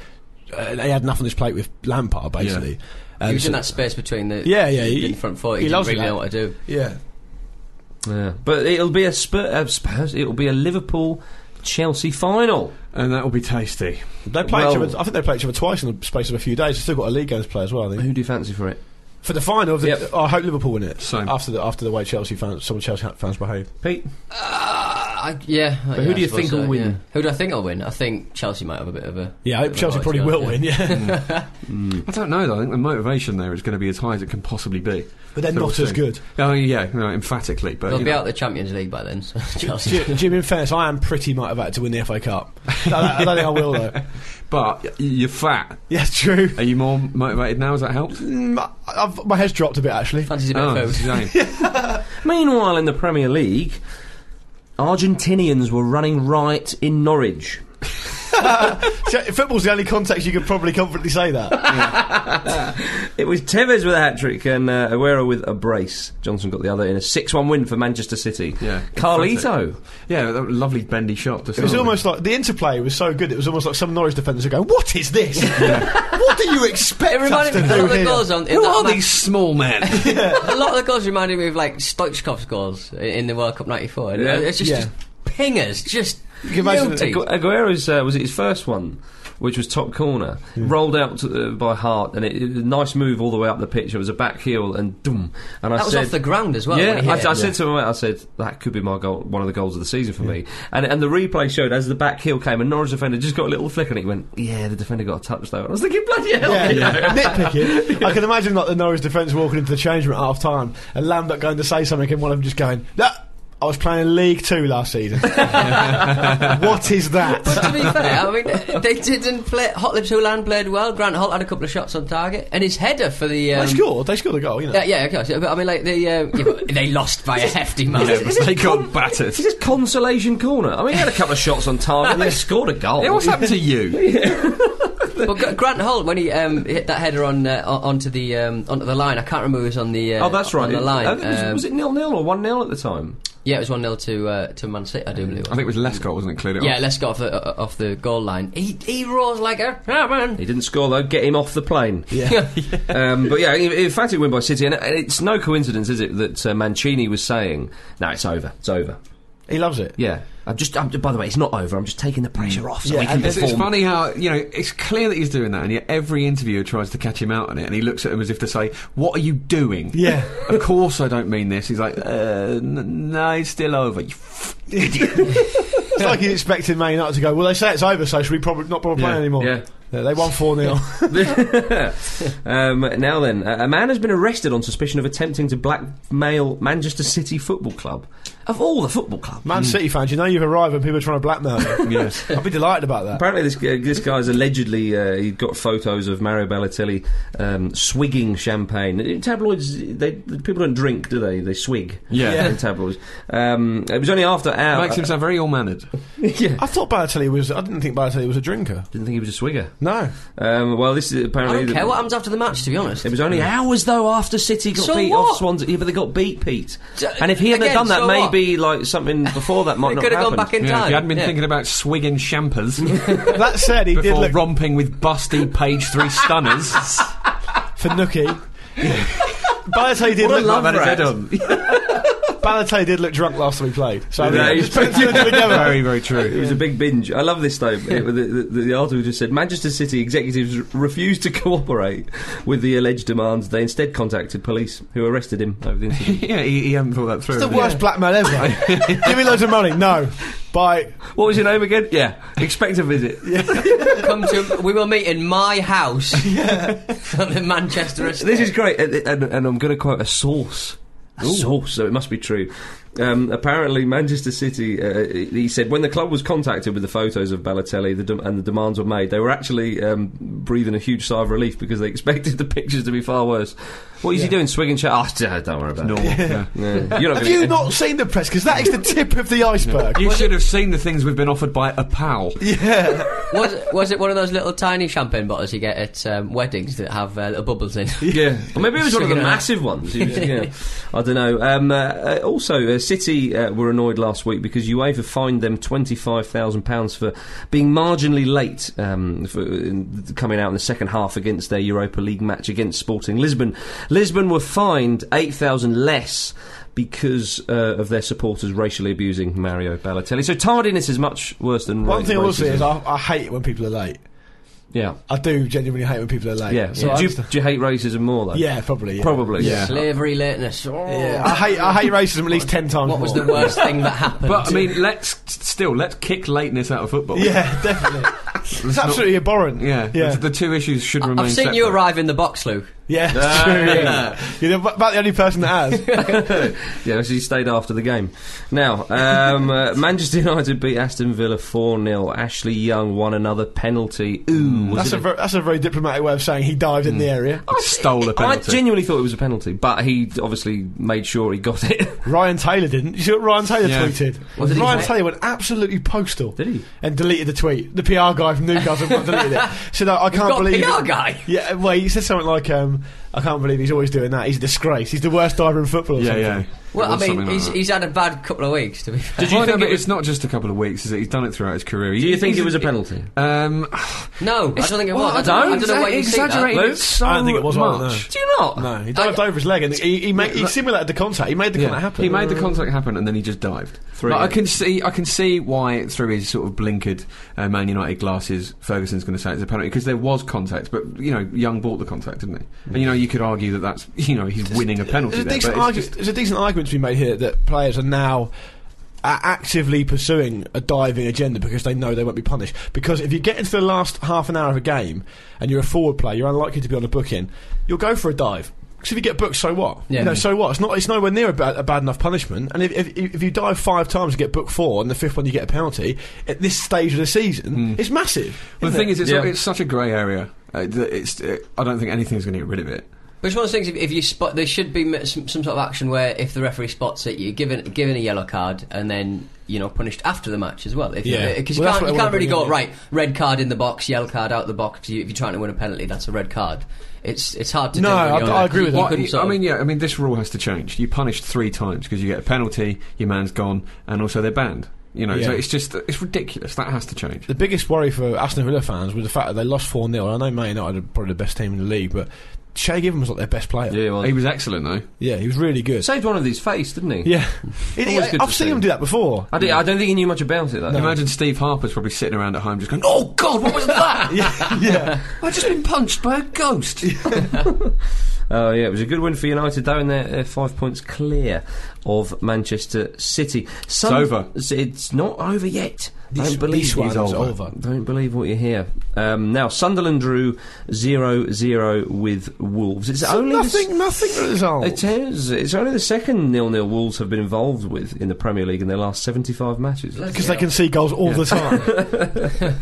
Speaker 4: uh, they had enough on his plate with Lampard basically.
Speaker 5: he
Speaker 4: Um,
Speaker 5: was
Speaker 4: so-
Speaker 5: in that space between the
Speaker 4: Yeah, yeah, he-
Speaker 5: the front foot. He,
Speaker 4: he
Speaker 5: didn't
Speaker 4: loves
Speaker 5: really
Speaker 4: that.
Speaker 5: know what to do.
Speaker 4: yeah.
Speaker 2: Yeah. But it'll be a Spur, uh, Spurs. It'll be a Liverpool Chelsea final.
Speaker 3: and that will be tasty.
Speaker 4: They play each
Speaker 2: Well-
Speaker 4: other. I think they play each other twice in the space of a few days. They've still got a league games to play as well. I think.
Speaker 2: Who do you fancy for it,
Speaker 4: For the final, of the,
Speaker 2: Yep.
Speaker 4: I hope Liverpool win it.
Speaker 3: Same.
Speaker 4: After the after the way Chelsea fans, some Chelsea fans behave.
Speaker 2: Pete?
Speaker 5: I, yeah. But
Speaker 2: who do you think will win?
Speaker 5: Who do I think will win? I think Chelsea might have a bit of a.
Speaker 4: Yeah, I hope
Speaker 5: bit of a
Speaker 4: Chelsea
Speaker 5: bite,
Speaker 4: probably
Speaker 5: to be
Speaker 4: will
Speaker 5: honest,
Speaker 4: win. Yeah,
Speaker 3: Mm. I don't know though. I think the motivation there is going to be as high as it can possibly be.
Speaker 4: but they're
Speaker 3: So we'll
Speaker 4: not as
Speaker 3: see.
Speaker 4: good.
Speaker 3: Oh yeah, no, emphatically. But
Speaker 5: They'll
Speaker 3: you
Speaker 5: be
Speaker 3: know.
Speaker 5: out of the Champions League by then. So Chelsea.
Speaker 4: Jim, Jim, in fairness, I am pretty motivated to win the FA Cup. I don't- I don't think I will though.
Speaker 3: But y- you're fat.
Speaker 4: Yeah, it's true.
Speaker 3: Are you more motivated now? Has that helped?
Speaker 4: Mm, I- I've, my head's dropped a bit actually.
Speaker 5: Fancies a bit
Speaker 3: Oh,
Speaker 5: of
Speaker 3: it's
Speaker 5: food.
Speaker 3: a shame.
Speaker 2: Meanwhile, in the Premier League, Argentinians were running riot in Norwich.
Speaker 4: So, Football's the only context you could probably confidently say that.
Speaker 2: It was Tevez with a hat trick and uh, Aguero with a brace. Johnson got the other in a 6 1 win for Manchester City.
Speaker 3: Yeah.
Speaker 2: Carlito.
Speaker 3: yeah, that lovely bendy shot. To
Speaker 4: It was almost like the interplay was so good. It was almost like some Norwich defenders are going, "What is this? what do you expect?"
Speaker 5: It reminded
Speaker 4: us
Speaker 5: me
Speaker 4: to
Speaker 5: of
Speaker 4: do
Speaker 5: all the
Speaker 4: here?"
Speaker 5: goals on. in
Speaker 3: Who
Speaker 5: that
Speaker 3: are
Speaker 5: match.
Speaker 3: these small men?
Speaker 5: a lot of the goals reminded me of like Stoichkov's goals i- in the World Cup '94.
Speaker 2: Yeah.
Speaker 5: It's just,
Speaker 4: Yeah.
Speaker 5: just pingers, just
Speaker 4: You can imagine
Speaker 5: guilty.
Speaker 2: Agu- Aguero's, uh, was it his first one? Which was top corner, rolled out to, uh, by heart, and it, it was a nice move all the way up the pitch. It was a back heel and doom. And I
Speaker 5: That was
Speaker 2: said,
Speaker 5: off the ground as well.
Speaker 2: yeah,
Speaker 5: when he
Speaker 2: I, I
Speaker 5: hit it.
Speaker 2: said to him, I said that could be my goal, one of the goals of the season for me. And and the replay showed as the back heel came, and Norwich defender just got a little flick, and he went, "Yeah, the defender got a touch though." And I was thinking, bloody hell!
Speaker 4: Yeah,
Speaker 2: you know.
Speaker 4: yeah. nitpicking. I can imagine like the Norwich defence walking into the change room at half time and Lambert going to say something and one of them just going, "No, I was playing League Two last season. what is
Speaker 5: But
Speaker 4: that?
Speaker 5: to be fair, I mean, they didn't play. Hotlips Hoolan played well. Grant Holt had a couple of shots on target, and his header for the. Um,
Speaker 4: they scored. They scored a goal. You know.
Speaker 5: Yeah, yeah, of course. But I mean, like they uh, yeah, but they lost by a hefty margin.
Speaker 2: Is this
Speaker 3: they got
Speaker 2: con-
Speaker 3: battered.
Speaker 2: Is this consolation corner? I mean, he had a couple of shots on target. They scored a goal.
Speaker 3: yeah, what's happened to you?
Speaker 5: but Gra- Grant Holt, when he um, hit that header on uh, on- onto the um, onto the line, I can't remember who was on the uh,
Speaker 2: Oh, that's right.
Speaker 5: on the line.
Speaker 2: I think it was,
Speaker 5: Um,
Speaker 2: was it nil nil or one 0 at the time?
Speaker 5: Yeah, it was one 0 to uh, to Man City. I do believe. it
Speaker 3: I
Speaker 5: was.
Speaker 3: think it was Lescott, wasn't it? Cleared it
Speaker 5: Yeah,
Speaker 3: off.
Speaker 5: let's go off the uh, off the goal line. He he roars like a ah, man.
Speaker 2: He didn't score though. Get him off the plane.
Speaker 4: Yeah.
Speaker 2: um, but yeah, in, in fact, it win by City, and it's no coincidence, is it, that uh, Mancini was saying, "No, it's over. It's over."
Speaker 4: He loves it.
Speaker 2: Yeah. I'm just. I'm, by the way, it's not over. I'm just taking the pressure
Speaker 5: Mm.
Speaker 2: off so
Speaker 4: Yeah,
Speaker 2: we can
Speaker 4: and
Speaker 3: It's, it's
Speaker 2: perform.
Speaker 3: funny how you know it's clear that he's doing that, and yet every interviewer tries to catch him out on it, and he looks at him as if to say, "What are you doing?"
Speaker 4: Yeah.
Speaker 3: of course I don't mean this. He's like, uh, n- "No, it's still over." You f-
Speaker 4: It's like he's expecting Man United to go. Well, they say it's over, so should we probably not bother playing
Speaker 3: Yeah,
Speaker 4: anymore?
Speaker 2: yeah.
Speaker 4: they won four 0
Speaker 2: um, now then, a a man has been arrested on suspicion of attempting to blackmail Manchester City Football Club, of all the football clubs.
Speaker 4: Man City fans, you know you've arrived when people are trying to blackmail you.
Speaker 3: yes.
Speaker 4: I'd be delighted about that.
Speaker 2: Apparently, this uh, this guy's allegedly uh, he got photos of Mario Balotelli um, swigging champagne. In tabloids, they people don't drink, do they? They swig.
Speaker 3: Yeah. Yeah.
Speaker 2: In tabloids, um, it was only after our.
Speaker 3: Makes him sound very ill mannered.
Speaker 2: yeah.
Speaker 4: I thought Balotelli was. I didn't think Balotelli was a drinker.
Speaker 2: Didn't think he was a swigger.
Speaker 4: No,
Speaker 2: Um, well, this is
Speaker 5: I
Speaker 2: apparently.
Speaker 5: don't care
Speaker 2: the-
Speaker 5: what happens after the match. To be honest,
Speaker 2: It was only hours though after City got
Speaker 5: So
Speaker 2: beat
Speaker 5: what?
Speaker 2: off Swansea. Yeah, but they got beat, Pete.
Speaker 5: So-
Speaker 2: And if he hadn't
Speaker 5: again,
Speaker 2: done that,
Speaker 5: so what?
Speaker 2: maybe like something before that might
Speaker 5: They
Speaker 2: not
Speaker 5: could have gone
Speaker 2: happened.
Speaker 5: back in
Speaker 3: Yeah, if
Speaker 5: time.
Speaker 3: you hadn't been
Speaker 5: yeah.
Speaker 3: thinking about swigging champers
Speaker 4: that said, he did
Speaker 3: before
Speaker 4: look
Speaker 3: romping with busty page three stunners,
Speaker 4: for Nookie. Balotelli did
Speaker 2: What a
Speaker 4: look
Speaker 2: love
Speaker 4: like that.
Speaker 2: rat.
Speaker 4: Balotelli did look drunk last time he played. So I mean,
Speaker 2: Yeah,
Speaker 4: just
Speaker 2: he's-
Speaker 4: put two and two together.
Speaker 3: very, very true.
Speaker 2: It was a big binge. I love this though. It- the, the, the article just said Manchester City executives refused to cooperate with the alleged demands. They instead contacted police, who arrested him over the incident.
Speaker 3: yeah, he, he hadn't thought that through.
Speaker 4: It's the
Speaker 3: had he?
Speaker 4: worst blackmail ever. Give me loads of money. No, bye.
Speaker 2: what was your name again? Yeah, expect a visit.
Speaker 5: Come to we will meet in my house on the Manchester estate.
Speaker 2: This is great, and, and, and I'm going to quote a source. A source, so it must be true. Um, apparently, Manchester City, uh, he said, when the club was contacted with the photos of Balotelli the dem- and the demands were made, they were actually um, breathing a huge sigh of relief because they expected the pictures to be far worse. What is he doing, swigging chat? Oh, d- don't worry about
Speaker 3: Normal, yeah.
Speaker 2: it. Yeah. You're not
Speaker 4: Have
Speaker 2: gonna-
Speaker 4: you not seen the press? Because that is the tip of the iceberg.
Speaker 3: You should have seen the things we've been offered by a pal.
Speaker 5: was was it one of those little tiny champagne bottles you get at um, weddings that have uh, little bubbles in?
Speaker 2: Yeah, or maybe it was one of the
Speaker 5: Sticking it out.
Speaker 2: massive ones. He was, you know, I don't know. Um, uh, uh, also, uh, City uh, were annoyed last week because UEFA fined them £25,000 for being marginally late um, for in- coming out in the second half against their Europa League match against Sporting Lisbon. Lisbon were fined 8000 less because uh, of their supporters racially abusing Mario Balotelli. So tardiness is much worse than
Speaker 4: One
Speaker 2: ra-
Speaker 4: thing I will
Speaker 2: racism.
Speaker 4: say is I, I hate it when people are late.
Speaker 2: yeah.
Speaker 4: I do genuinely hate when people are late.
Speaker 2: Yeah.
Speaker 4: So I
Speaker 2: do, you,
Speaker 4: understand-
Speaker 2: do you hate racism more though?
Speaker 4: yeah, probably. Yeah.
Speaker 2: Probably.
Speaker 4: Yeah.
Speaker 5: Slavery, lateness. Oh.
Speaker 4: Yeah. I hate I hate racism at least ten times.
Speaker 5: What was the
Speaker 4: more.
Speaker 5: worst thing that happened?
Speaker 3: But I mean, let's still let's kick lateness out of football.
Speaker 4: Yeah, definitely.
Speaker 3: Let's
Speaker 4: it's
Speaker 3: not-
Speaker 4: absolutely abhorrent.
Speaker 3: yeah.
Speaker 4: yeah,
Speaker 3: The, the two issues should remain.
Speaker 5: I've seen
Speaker 3: separate.
Speaker 5: you arrive in the box, Luke.
Speaker 4: yeah. it's true, yeah. You're the- about the only person that has.
Speaker 2: yeah, she stayed after the game. Now, um, uh, Manchester United beat Aston Villa 4 0. Ashley Young won another penalty. Ooh, was
Speaker 4: that's
Speaker 2: it
Speaker 4: a ver- that's a very diplomatic way of saying he dived in the area.
Speaker 3: Stole a
Speaker 2: I
Speaker 3: penalty.
Speaker 2: genuinely thought it was a penalty, but he obviously made sure he got it.
Speaker 4: Ryan Taylor didn't. You see what Ryan Taylor
Speaker 3: Yeah.
Speaker 4: tweeted?
Speaker 5: What did he
Speaker 4: Ryan
Speaker 5: say?
Speaker 4: Taylor went absolutely postal.
Speaker 2: Did he?
Speaker 4: And deleted the tweet. The PR guy from Newcastle deleted it. Said, I, I can't
Speaker 5: got a
Speaker 4: believe.
Speaker 5: PR
Speaker 4: it."
Speaker 5: guy?
Speaker 4: Yeah, well, he said something like, um, I can't believe he's always doing that. He's a disgrace. He's the worst diver in football or
Speaker 3: Yeah,
Speaker 4: something.
Speaker 3: yeah.
Speaker 5: Well,
Speaker 3: It
Speaker 5: I
Speaker 3: was
Speaker 5: mean,
Speaker 3: something like
Speaker 5: he's,
Speaker 3: that.
Speaker 5: he's had a bad couple of weeks, to be fair.
Speaker 2: Did you
Speaker 3: Well, no,
Speaker 2: think
Speaker 3: but
Speaker 2: it was?
Speaker 3: it's not just a couple of weeks? Is it? He's done it throughout his career.
Speaker 2: Do you think it was a penalty?
Speaker 3: Um,
Speaker 5: No, I don't think it was.
Speaker 3: well,
Speaker 5: I don't, I don't know
Speaker 3: exa-
Speaker 5: where you see that.
Speaker 3: exaggerated
Speaker 2: Luke.
Speaker 3: it so
Speaker 4: I don't think it was either,
Speaker 3: much.
Speaker 2: Do you not?
Speaker 4: No, he dived over his leg and he, he, made, he simulated the contact. He made the
Speaker 3: Yeah,
Speaker 4: contact happen.
Speaker 3: He made the contact happen, and then he just dived.
Speaker 2: Three.
Speaker 3: Like, I can see, I can see why through his sort of blinkered uh, Man United glasses, Ferguson's going to say it's a penalty because there was contact. But you know, Young bought the contact, didn't he? And you know, you could argue that that's you know he's winning a penalty.
Speaker 4: There's a,
Speaker 3: there,
Speaker 4: decent
Speaker 3: but it's
Speaker 4: argu- there's a decent argument to be made here that players are now uh, actively pursuing a diving agenda because they know they won't be punished. Because if you get into the last half an hour of a game and you're a forward player, you're unlikely to be on a booking, you'll go for a dive. Because if you get booked, so what?
Speaker 5: Yeah.
Speaker 4: You know, so what? It's not. It's nowhere near a bad, a bad enough punishment. And if, if if you dive five times and get booked four, and the fifth one you get a penalty at this stage of the season, it's massive.
Speaker 3: Hmm. Well, the
Speaker 4: isn't
Speaker 3: thing
Speaker 4: it?
Speaker 3: is, it's,
Speaker 2: Yeah.
Speaker 3: it's such a grey area. Uh, that it's, uh, I don't think anything's going to get rid of it.
Speaker 5: Which one of those things? If, if you spot, there should be m- some, some sort of action where if the referee spots it, you're given given a yellow card and then you know punished after the match as well. If
Speaker 4: Yeah.
Speaker 5: because
Speaker 4: Well, that's what I
Speaker 5: you can't you can't
Speaker 4: wanna
Speaker 5: really
Speaker 4: bring
Speaker 5: go
Speaker 4: in, yeah.
Speaker 5: right red card in the box, yellow card out the box. You, if you're trying to win a penalty, that's a red card. It's it's hard to
Speaker 4: No,
Speaker 5: do when
Speaker 4: I-
Speaker 5: you're-
Speaker 4: I agree with
Speaker 5: you
Speaker 4: that.
Speaker 5: couldn't
Speaker 3: Well,
Speaker 5: sort
Speaker 3: I
Speaker 5: of-
Speaker 3: mean, yeah, I mean, this rule has to change. You punish three times because you get a penalty, your man's gone, and also they're banned. You know, so
Speaker 4: Yeah.
Speaker 3: it's just it's ridiculous. That has to change.
Speaker 4: The biggest worry for Aston Villa fans was the fact that they lost 4 0. I know Man United are probably the best team in the league, but Shay Given was like their best player.
Speaker 2: Yeah, well,
Speaker 3: He
Speaker 2: he
Speaker 3: was excellent though.
Speaker 4: Yeah, he was really good.
Speaker 2: saved one of these face, didn't he?
Speaker 4: yeah. It-
Speaker 2: Always
Speaker 4: it-
Speaker 2: good
Speaker 4: I've
Speaker 2: to
Speaker 4: seen
Speaker 2: see.
Speaker 4: him do that before.
Speaker 2: I, di- I don't think he knew much about it, though.
Speaker 3: Imagine Steve Harper's probably sitting around at home just going, "Oh God, what was that?
Speaker 4: yeah, yeah.
Speaker 3: I've just been punched by a ghost."
Speaker 2: Uh, yeah, it was a good win for United, though, and they're, they're five points clear of Manchester City. Some-
Speaker 3: over.
Speaker 2: It's, it's not over yet.
Speaker 4: This-
Speaker 2: don't believe
Speaker 4: this
Speaker 2: it.
Speaker 4: one's It's over. over.
Speaker 2: Don't believe what you hear. Um, now, Sunderland drew 0-0 with Wolves. It's only the s-
Speaker 4: nothing, nothing result.
Speaker 2: it is. It's only the second nil-nil Wolves have been involved with in the Premier League in their last 75 matches.
Speaker 4: Because they can see goals all the time.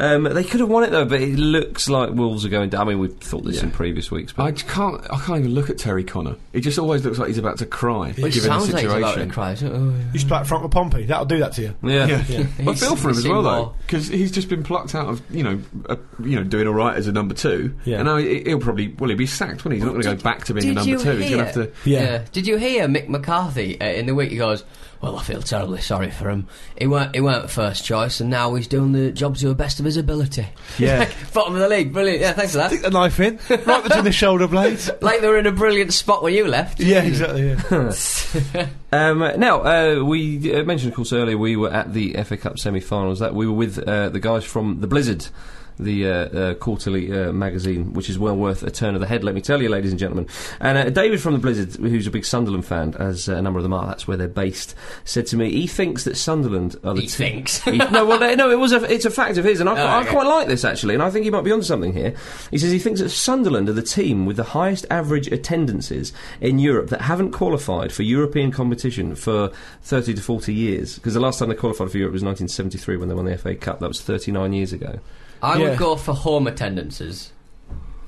Speaker 2: Um, they could have won it though, but it looks like Wolves are going down. I mean, we thought this in previous weeks, but
Speaker 3: I just can't. I can't even look at Terry Connor. He just always looks like he's about to cry, given
Speaker 5: Which
Speaker 3: the
Speaker 5: sounds like he's
Speaker 3: situation.
Speaker 5: about to cry. So, oh,
Speaker 4: you should play Franco Pompey. That'll do that to you.
Speaker 2: yeah.
Speaker 3: Yeah. I
Speaker 5: He's-
Speaker 3: feel for him
Speaker 5: he's
Speaker 3: as well,
Speaker 5: seen
Speaker 3: though,
Speaker 5: more.
Speaker 3: because he's just been plucked out of you know, uh, you know, doing all right as a number two,
Speaker 4: Yeah.
Speaker 3: and now he, he'll probably well, he'll be sacked when he? he's not going to go back to being a
Speaker 5: Did
Speaker 3: number
Speaker 5: you
Speaker 3: two. He's
Speaker 5: hear?
Speaker 3: going to have to.
Speaker 4: Yeah.
Speaker 5: Did you hear Mick McCarthy uh, in the week? He goes, "Well, I feel terribly sorry for him. He weren't he weren't first choice, and now he's doing the job to the best of his ability.
Speaker 4: Yeah.
Speaker 5: Bottom of the league, brilliant. Yeah, thanks for that.
Speaker 4: Stick the knife in, right between the shoulder blades.
Speaker 5: Like they were in a brilliant spot when you left.
Speaker 4: Yeah, exactly. Yeah.
Speaker 2: Um, now, uh, we uh, mentioned, of course, earlier we were at the FA Cup semi finals, that we were with uh, the guys from The Blizzard. The uh, uh, quarterly uh, magazine, which is well worth a turn of the head, let me tell you, ladies and gentlemen. And uh, David from the Blizzard, who's a big Sunderland fan, as uh, a number of them are, that's where they're based, said to me, he thinks that Sunderland are the
Speaker 5: He
Speaker 2: team-
Speaker 5: thinks.
Speaker 2: He- no, well, no, no, it was a, it's a fact of his, and I,
Speaker 5: Oh,
Speaker 2: I
Speaker 5: okay.
Speaker 2: quite like this actually, and I think he might be onto something here. He says he thinks that Sunderland are the team with the highest average attendances in Europe that haven't qualified for European competition for 30 to 40 years, because the last time they qualified for Europe was 1973 when they won the FA Cup. That was 39 years ago.
Speaker 5: I
Speaker 4: Yeah.
Speaker 5: would go for home attendances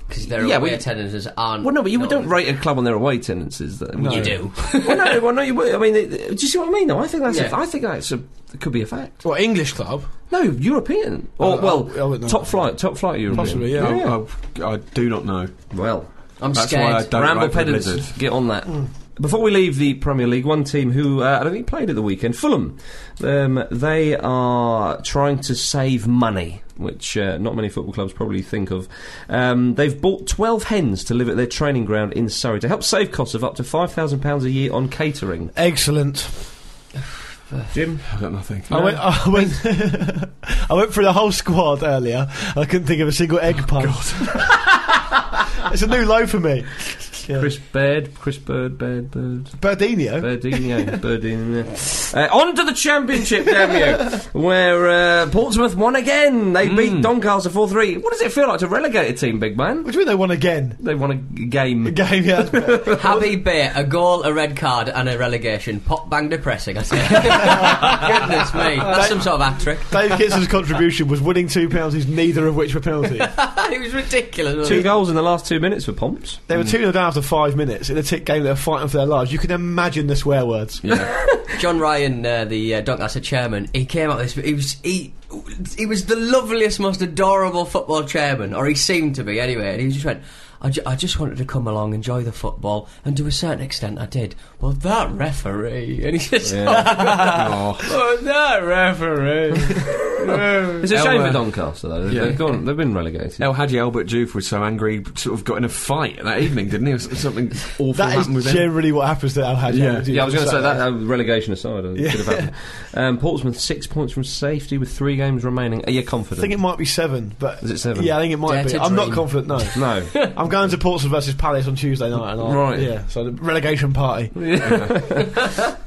Speaker 5: because their
Speaker 2: Yeah,
Speaker 5: away
Speaker 2: well, you-
Speaker 5: attendances aren't.
Speaker 2: Well, no, but you
Speaker 5: not-
Speaker 2: don't rate a club on their away attendances. though, would
Speaker 4: No.
Speaker 5: You
Speaker 2: you?
Speaker 5: do.
Speaker 2: well, no, well, no, you would. I mean, it- it- do you see what I mean? Though I think that's, a,
Speaker 5: Yeah.
Speaker 2: I think that's a, it could be a fact.
Speaker 4: Well, English club.
Speaker 2: No, European or
Speaker 4: I-
Speaker 2: well,
Speaker 4: Uh, I wouldn't know.
Speaker 2: top flight, top flight European.
Speaker 4: Possibly, yeah.
Speaker 3: I, I, I do not know.
Speaker 2: Well,
Speaker 5: I'm
Speaker 3: That's
Speaker 5: scared.
Speaker 3: why I don't
Speaker 2: Ramble
Speaker 3: write for the
Speaker 2: pedants,
Speaker 3: Blizzard.
Speaker 2: get on that. Before we leave the Premier League, one team who uh, I don't think played at the weekend, Fulham, um, they are trying to save money, which uh, not many football clubs probably think of. Um, they've bought 12 hens to live at their training ground in Surrey to help save costs of up to £5,000 a year on catering.
Speaker 4: Excellent.
Speaker 2: Jim?
Speaker 3: I've got nothing.
Speaker 4: I went. I went. I went through the whole squad earlier. I couldn't think of a single
Speaker 2: Oh,
Speaker 4: egg pun. it's a new low for me. Yeah.
Speaker 2: Chris Baird, Chris Bird, Baird, Bird.
Speaker 4: Berdino.
Speaker 2: Birdinio, Birdinio. Uh, on to the championship, damn you! Where uh, Portsmouth won again. They beat Doncaster 4 3. What does it feel like to relegate a team, big man?
Speaker 4: what do you mean they won again?
Speaker 2: They won a g- game.
Speaker 4: Game, yeah. that's better.
Speaker 5: Happy Bay, a goal, a red card, and a relegation. Pop bang depressing, I say. Goodness me. That's some sort of hat trick.
Speaker 4: Dave Kitson's contribution was winning two penalties, neither of which were penalties.
Speaker 5: it was ridiculous. wasn't
Speaker 2: Two
Speaker 5: it?
Speaker 2: goals in the last two minutes for Pomps.
Speaker 4: They were 2 0 down after five minutes in a tick game they were fighting for their lives. You can imagine the swear words.
Speaker 5: John Ryan, uh, the uh, Doncaster chairman, he came out this. He was he, he was the loveliest, most adorable football chairman, or he seemed to be anyway. And he just went, I, ju- I just wanted to come along, enjoy the football, and to a certain extent, I did. But that referee, and he just, but that referee.
Speaker 2: It's a
Speaker 3: Oh,
Speaker 2: shame
Speaker 3: uh,
Speaker 2: for Doncaster, though.
Speaker 3: yeah.
Speaker 2: They've, gone, they've been relegated.
Speaker 3: El Hadji Albert Juve was so angry, sort of got in a fight that evening, didn't he? Or s- something awful
Speaker 4: That is
Speaker 3: happened with him.
Speaker 4: generally what happens to Al Hadj.
Speaker 3: Yeah.
Speaker 4: Al-Hadj.
Speaker 2: Yeah, I was going to
Speaker 4: So-
Speaker 2: say that uh, relegation aside, uh, could have happened. Um, Portsmouth six points from safety with three games remaining. Are you
Speaker 4: I
Speaker 2: confident?
Speaker 4: think it might be seven, but
Speaker 2: Is it seven?
Speaker 4: Yeah, I think it might
Speaker 5: Dare
Speaker 4: be.
Speaker 5: to
Speaker 4: I'm not
Speaker 5: dream.
Speaker 4: confident. No,
Speaker 2: no.
Speaker 4: I'm going to Portsmouth versus Palace on Tuesday night. And I'll-
Speaker 2: Right.
Speaker 4: Yeah. So the relegation party.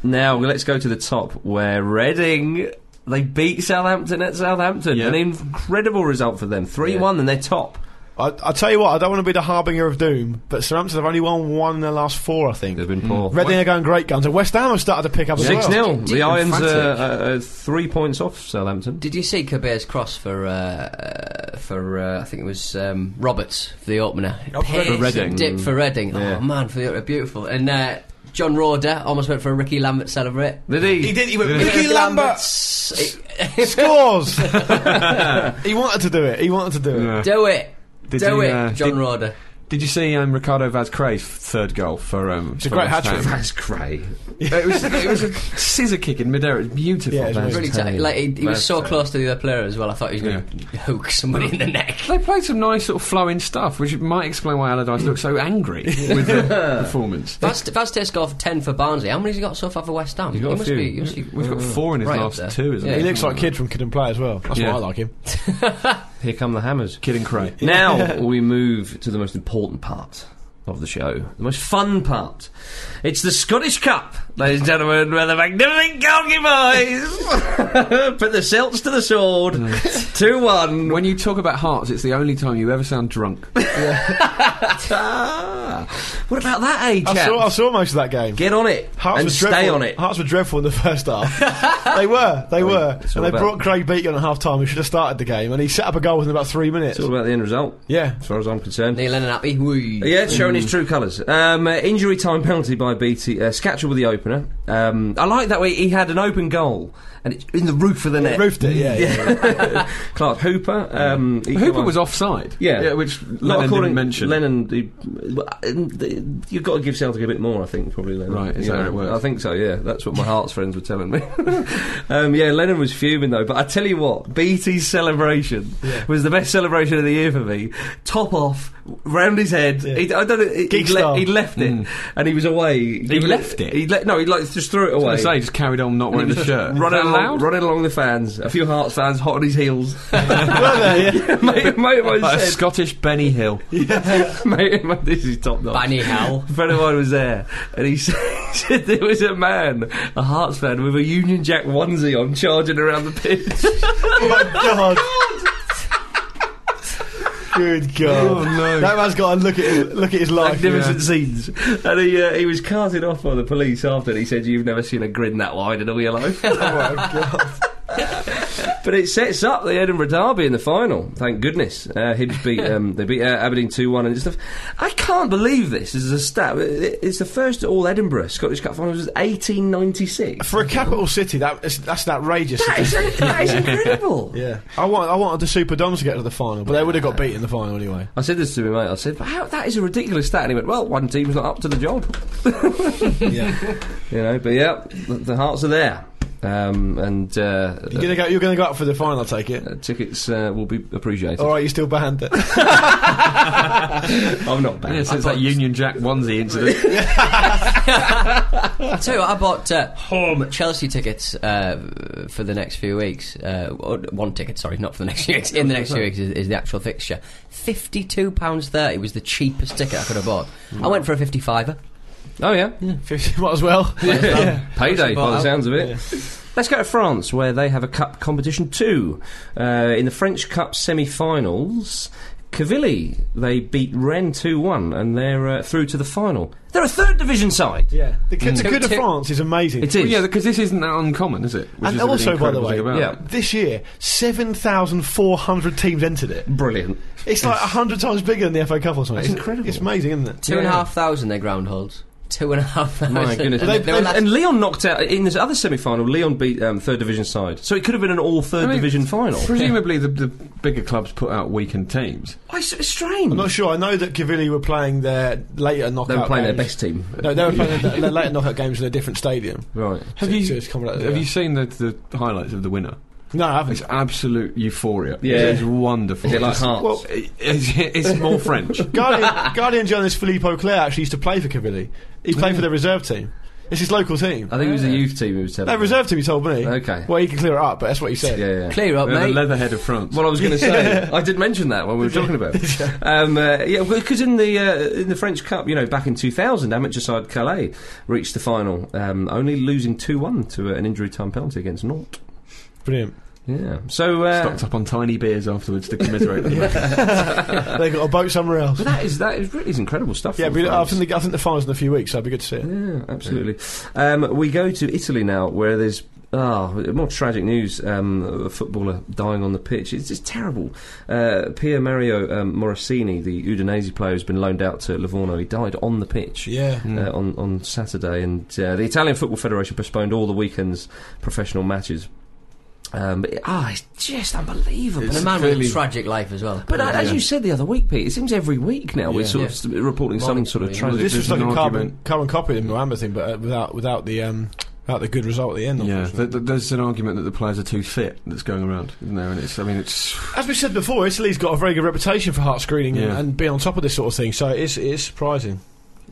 Speaker 2: Now let's go to the top where Reading they beat Southampton at Southampton.
Speaker 3: Yeah.
Speaker 2: An incredible result for them. Three one and they're top.
Speaker 4: I, I tell you what, I don't want to be the harbinger of doom, but Southampton have only won one in their last four, I think.
Speaker 2: They've been poor.
Speaker 4: Reading are going great guns, and West Ham have started to pick up as well.
Speaker 2: Six 0 The
Speaker 3: Deep and
Speaker 2: Irons uh, are,
Speaker 3: frantic.
Speaker 2: are, are three points off Southampton.
Speaker 5: Did you see Kabir's cross for uh, uh, for uh, I think it was um, Roberts for the opener? Pace
Speaker 2: For Reading.
Speaker 5: and dip for Reading.
Speaker 2: Yeah.
Speaker 5: Oh man, for the, beautiful. And uh, John Roder almost went for a Ricky Lambert celebrate.
Speaker 2: Did he?
Speaker 4: He did. He went.
Speaker 5: Ricky
Speaker 4: Ricky Lambert
Speaker 5: Lambert's-
Speaker 4: scores. he wanted to do it. He wanted to do it.
Speaker 3: Yeah.
Speaker 5: Do it.
Speaker 3: Did
Speaker 5: Do
Speaker 3: he,
Speaker 5: it,
Speaker 3: uh,
Speaker 5: John
Speaker 3: did-
Speaker 5: Roder.
Speaker 3: Did you see um, Ricardo Vaz-Cray's third goal for? Um,
Speaker 4: It's a
Speaker 3: for
Speaker 4: great
Speaker 3: West
Speaker 4: hat-trick.
Speaker 3: Ham?
Speaker 2: That's great.
Speaker 3: it, was, it was a scissor kick in midair. It's beautiful.
Speaker 4: Yeah, it's
Speaker 3: Vaz.
Speaker 5: Really
Speaker 2: telling
Speaker 5: tight.
Speaker 2: you.
Speaker 5: Like he, he was
Speaker 2: That's
Speaker 5: so
Speaker 2: telling
Speaker 5: close to the other player as well. I thought he was going to hook somebody in the neck.
Speaker 3: They played some nice sort of flowing stuff, which might explain why Allardyce looked so angry with the performance.
Speaker 5: Vaz Vaz scored for ten for Barnsley. How many has he got so far for West Ham?
Speaker 2: He's got
Speaker 5: he
Speaker 2: a
Speaker 5: must
Speaker 2: few.
Speaker 5: be. He must be
Speaker 3: We've got four in his
Speaker 5: Right up there.
Speaker 3: last two, isn't
Speaker 5: Yeah.
Speaker 3: it?
Speaker 4: He looks like a kid from Kid and Play as well. That's
Speaker 3: Yeah.
Speaker 4: why I like him.
Speaker 2: Here come the hammers.
Speaker 3: Kid and Cray.
Speaker 2: Now we move to the most important part of the show, the most fun part. It's the Scottish Cup, ladies and gentlemen, where the magnificent goalkeepers put the Celts to the sword. 2 1.
Speaker 3: When you talk about hearts, it's the only time you ever sound drunk.
Speaker 2: Ah. what about that, eh,
Speaker 4: I
Speaker 2: chap?
Speaker 4: saw, I saw most of that game.
Speaker 2: Get on it
Speaker 4: Hearts
Speaker 2: and
Speaker 4: were
Speaker 2: stay
Speaker 4: dreadful.
Speaker 2: on it.
Speaker 4: Hearts were dreadful in the first half. they were, they were.
Speaker 2: it's all
Speaker 4: And they
Speaker 2: about-
Speaker 4: brought Craig Beattie on at half time, who should have started the game, and he set up a goal within about three minutes.
Speaker 2: It's all about the end result,
Speaker 4: Yeah.
Speaker 2: as far as I'm concerned.
Speaker 5: Neil Lennon happy. Whee.
Speaker 2: Yeah, it's showing his true colours. Um, uh, injury time penalty by BT. Uh, Scatchell with the opener. Um, I like that way he had an open goal and it's in the roof of the net.
Speaker 4: Roofed it, yeah. yeah.
Speaker 2: Clark Hooper. Um, he came
Speaker 3: Hooper
Speaker 2: on-
Speaker 3: was offside.
Speaker 2: Yeah.
Speaker 3: which
Speaker 2: Not
Speaker 3: Lennon
Speaker 2: according-
Speaker 3: didn't mention.
Speaker 2: Lennon, he- well, uh, the- you've got to give Celtic a bit more, I think, probably. Lennon.
Speaker 3: Right, is
Speaker 2: You
Speaker 3: that
Speaker 2: know,
Speaker 3: how it works?
Speaker 2: I think so. Yeah, that's what my heart's friends were telling me. um, yeah, Lennon was fuming though. But I tell you what, BT's celebration was the best celebration of the year for me. Top off, round his head.
Speaker 4: Yeah.
Speaker 2: He, I don't know. He,
Speaker 4: Geek
Speaker 2: he'd le-
Speaker 4: style.
Speaker 2: he'd left it, and he was away. He,
Speaker 3: Mm. left it?
Speaker 2: He le- no, he like just threw it
Speaker 3: I
Speaker 2: away.
Speaker 3: say, just carried on not wearing the shirt.
Speaker 2: Running
Speaker 3: Is that
Speaker 2: along,
Speaker 3: allowed?
Speaker 2: running along the fans, a few Hearts fans hot on his heels.
Speaker 4: Were they? Yeah.
Speaker 2: mate, mate of mine
Speaker 3: Like a
Speaker 2: said-
Speaker 3: Scottish Benny Hill.
Speaker 2: mate, mate, this is top notch.
Speaker 5: Banny Hal.
Speaker 2: A friend of mine was there, and he said, said there was a man, a Hearts fan, with a Union Jack onesie on, charging around the pitch.
Speaker 4: Oh my god. Good god.
Speaker 3: no.
Speaker 4: That man's got to look at his, look at his
Speaker 2: Oh,
Speaker 4: life.
Speaker 2: Magnificent scenes. And he uh, he was carted off by the police after. And he said, "You've never seen a grin that wide in all your life."
Speaker 4: Oh my god.
Speaker 2: But it sets up the Edinburgh Derby in the final. Thank goodness. Uh, Hibs beat um, they beat uh, Aberdeen two one and stuff. I can't believe this. This is a stat. It- It's the first all Edinburgh Scottish Cup final was eighteen ninety six.
Speaker 4: For a capital city, that is, that's an outrageous.
Speaker 2: That is, that is incredible.
Speaker 4: yeah, I want I wanted the Super Dons to get to the final, but they would have got beat in the final anyway.
Speaker 2: I said this to my mate. I said, but how, "That is a ridiculous stat." And he went, "Well, one team's not up to the job."
Speaker 4: Yeah,
Speaker 2: You know, but yeah, the, the hearts are there, um, and uh,
Speaker 4: you're gonna go. You're gonna go up for the final. I take it.
Speaker 2: uh, tickets uh, will be appreciated.
Speaker 4: All right, you're still banned.
Speaker 2: I'm not
Speaker 3: Yeah,
Speaker 2: bad.
Speaker 3: since that Union Jack onesie incident.
Speaker 5: I tell you what, I bought uh, home Chelsea tickets uh, for the next few weeks. Uh, or one ticket, sorry, not for the next few weeks. In the next few weeks is, is the actual fixture. Fifty-two pounds thirty was the cheapest ticket I could have bought. I went for a fifty-fiver.
Speaker 2: Oh yeah,
Speaker 4: Fifty, might as well.
Speaker 2: payday by the
Speaker 5: About-
Speaker 2: sounds of it. Let's go to France, where they have a cup competition too. Uh, in the French Cup semi-finals, Cavilli they beat Rennes two one, and they're uh, through to the final. They're a third division side.
Speaker 4: Yeah, the, the
Speaker 5: Two-
Speaker 4: Coupe de
Speaker 5: two-
Speaker 4: France is amazing.
Speaker 2: It
Speaker 3: Well,
Speaker 2: is.
Speaker 3: yeah, because this isn't that uncommon, is it? Which
Speaker 4: and
Speaker 3: is the really
Speaker 4: also, by the
Speaker 3: incredible
Speaker 4: way,
Speaker 3: thing about
Speaker 2: yeah.
Speaker 3: it.
Speaker 4: this year seven thousand four hundred teams entered it.
Speaker 2: Brilliant.
Speaker 4: It's like hundred times bigger than the FA Cup or something.
Speaker 2: That's
Speaker 4: It's-
Speaker 2: incredible.
Speaker 4: It's amazing, isn't it?
Speaker 5: Two and a half thousand
Speaker 2: Yeah.
Speaker 5: their ground holds. Two and a half thousand.
Speaker 2: My goodness.
Speaker 5: They, they were
Speaker 2: and,
Speaker 5: last-
Speaker 2: and Leon knocked out in this other semi-final. Leon beat um, third division side, so it could have been an all third
Speaker 3: I mean,
Speaker 2: division final.
Speaker 3: Presumably, the, the bigger clubs put out weakened teams.
Speaker 2: Oh, it's, it's strange.
Speaker 4: I'm not sure. I know that Cavilli were playing their later knockout.
Speaker 2: they were playing their
Speaker 4: games.
Speaker 2: best team,
Speaker 4: No, they were playing their, their later knockout games in a different stadium.
Speaker 2: right?
Speaker 3: Have
Speaker 4: So-
Speaker 3: you
Speaker 4: so it's coming out of the
Speaker 3: have
Speaker 4: air.
Speaker 3: you seen the, the highlights of the winner?
Speaker 4: No, I
Speaker 3: It's
Speaker 4: haven't.
Speaker 3: absolute euphoria.
Speaker 2: Yeah.
Speaker 3: it's wonderful.
Speaker 2: Is it like
Speaker 3: It's-
Speaker 2: Hearts?
Speaker 3: Well, it- it's, it's more French.
Speaker 4: Guardian, Guardian journalist Philippe Auclair actually used to play for Cavilli. He played for their reserve team. It's his local team.
Speaker 2: I think it was the youth team who was telling.
Speaker 4: Their
Speaker 2: me.
Speaker 4: reserve team, he told me.
Speaker 2: Okay.
Speaker 4: Well, he can clear it up, but that's what he said.
Speaker 2: Yeah, yeah.
Speaker 5: clear up,
Speaker 3: They're the
Speaker 5: mate.
Speaker 3: leatherhead of France.
Speaker 2: Well, I was going to say, I did mention that when we were talking about it. Um, uh, yeah, because in the uh, in the French Cup, you know, back in 2000, amateur side Calais reached the final, um, only losing 2 1 to uh, an injury time penalty against Nantes.
Speaker 4: Brilliant.
Speaker 2: Yeah. So uh,
Speaker 3: Stocked up on tiny beers afterwards to commiserate them.
Speaker 4: they got a boat somewhere else.
Speaker 2: but that is that is really is incredible stuff.
Speaker 4: Yeah,
Speaker 2: from
Speaker 4: but I
Speaker 2: France.
Speaker 4: think, I think the final's in a few weeks, so it'd be good to see it.
Speaker 2: Yeah, absolutely. Um, we go to Italy now, where there's ah more tragic news. Um, of a footballer dying on the pitch. It's just terrible. Uh, Pier Mario um, Morosini, the Udinese player, has been loaned out to Livorno. He died on the pitch.
Speaker 4: Yeah. Mm.
Speaker 2: Uh, on on Saturday, and uh, the Italian Football Federation postponed all the weekend's professional matches. Um, but ah, it's just unbelievable.
Speaker 5: and a man with a tragic life as well.
Speaker 2: but uh, as you said the other week, Pete, it seems every week now we're
Speaker 4: Yeah.
Speaker 2: sort of reporting some
Speaker 5: Morning,
Speaker 2: sort of
Speaker 5: really.
Speaker 2: tragic.
Speaker 4: This was like
Speaker 3: an
Speaker 4: a carbon,
Speaker 3: argument.
Speaker 4: carbon copy of the Muhammad thing, but uh, without without the um, without the good result at the end.
Speaker 3: yeah,
Speaker 4: unfortunately.
Speaker 3: th- th- there's an argument that the players are too fit that's going around, isn't there? And it's, I mean, it's
Speaker 4: As we said before, Italy's got a very good reputation for heart screening and,
Speaker 3: Yeah.
Speaker 4: and being on top of this sort of thing, so it is, it is surprising.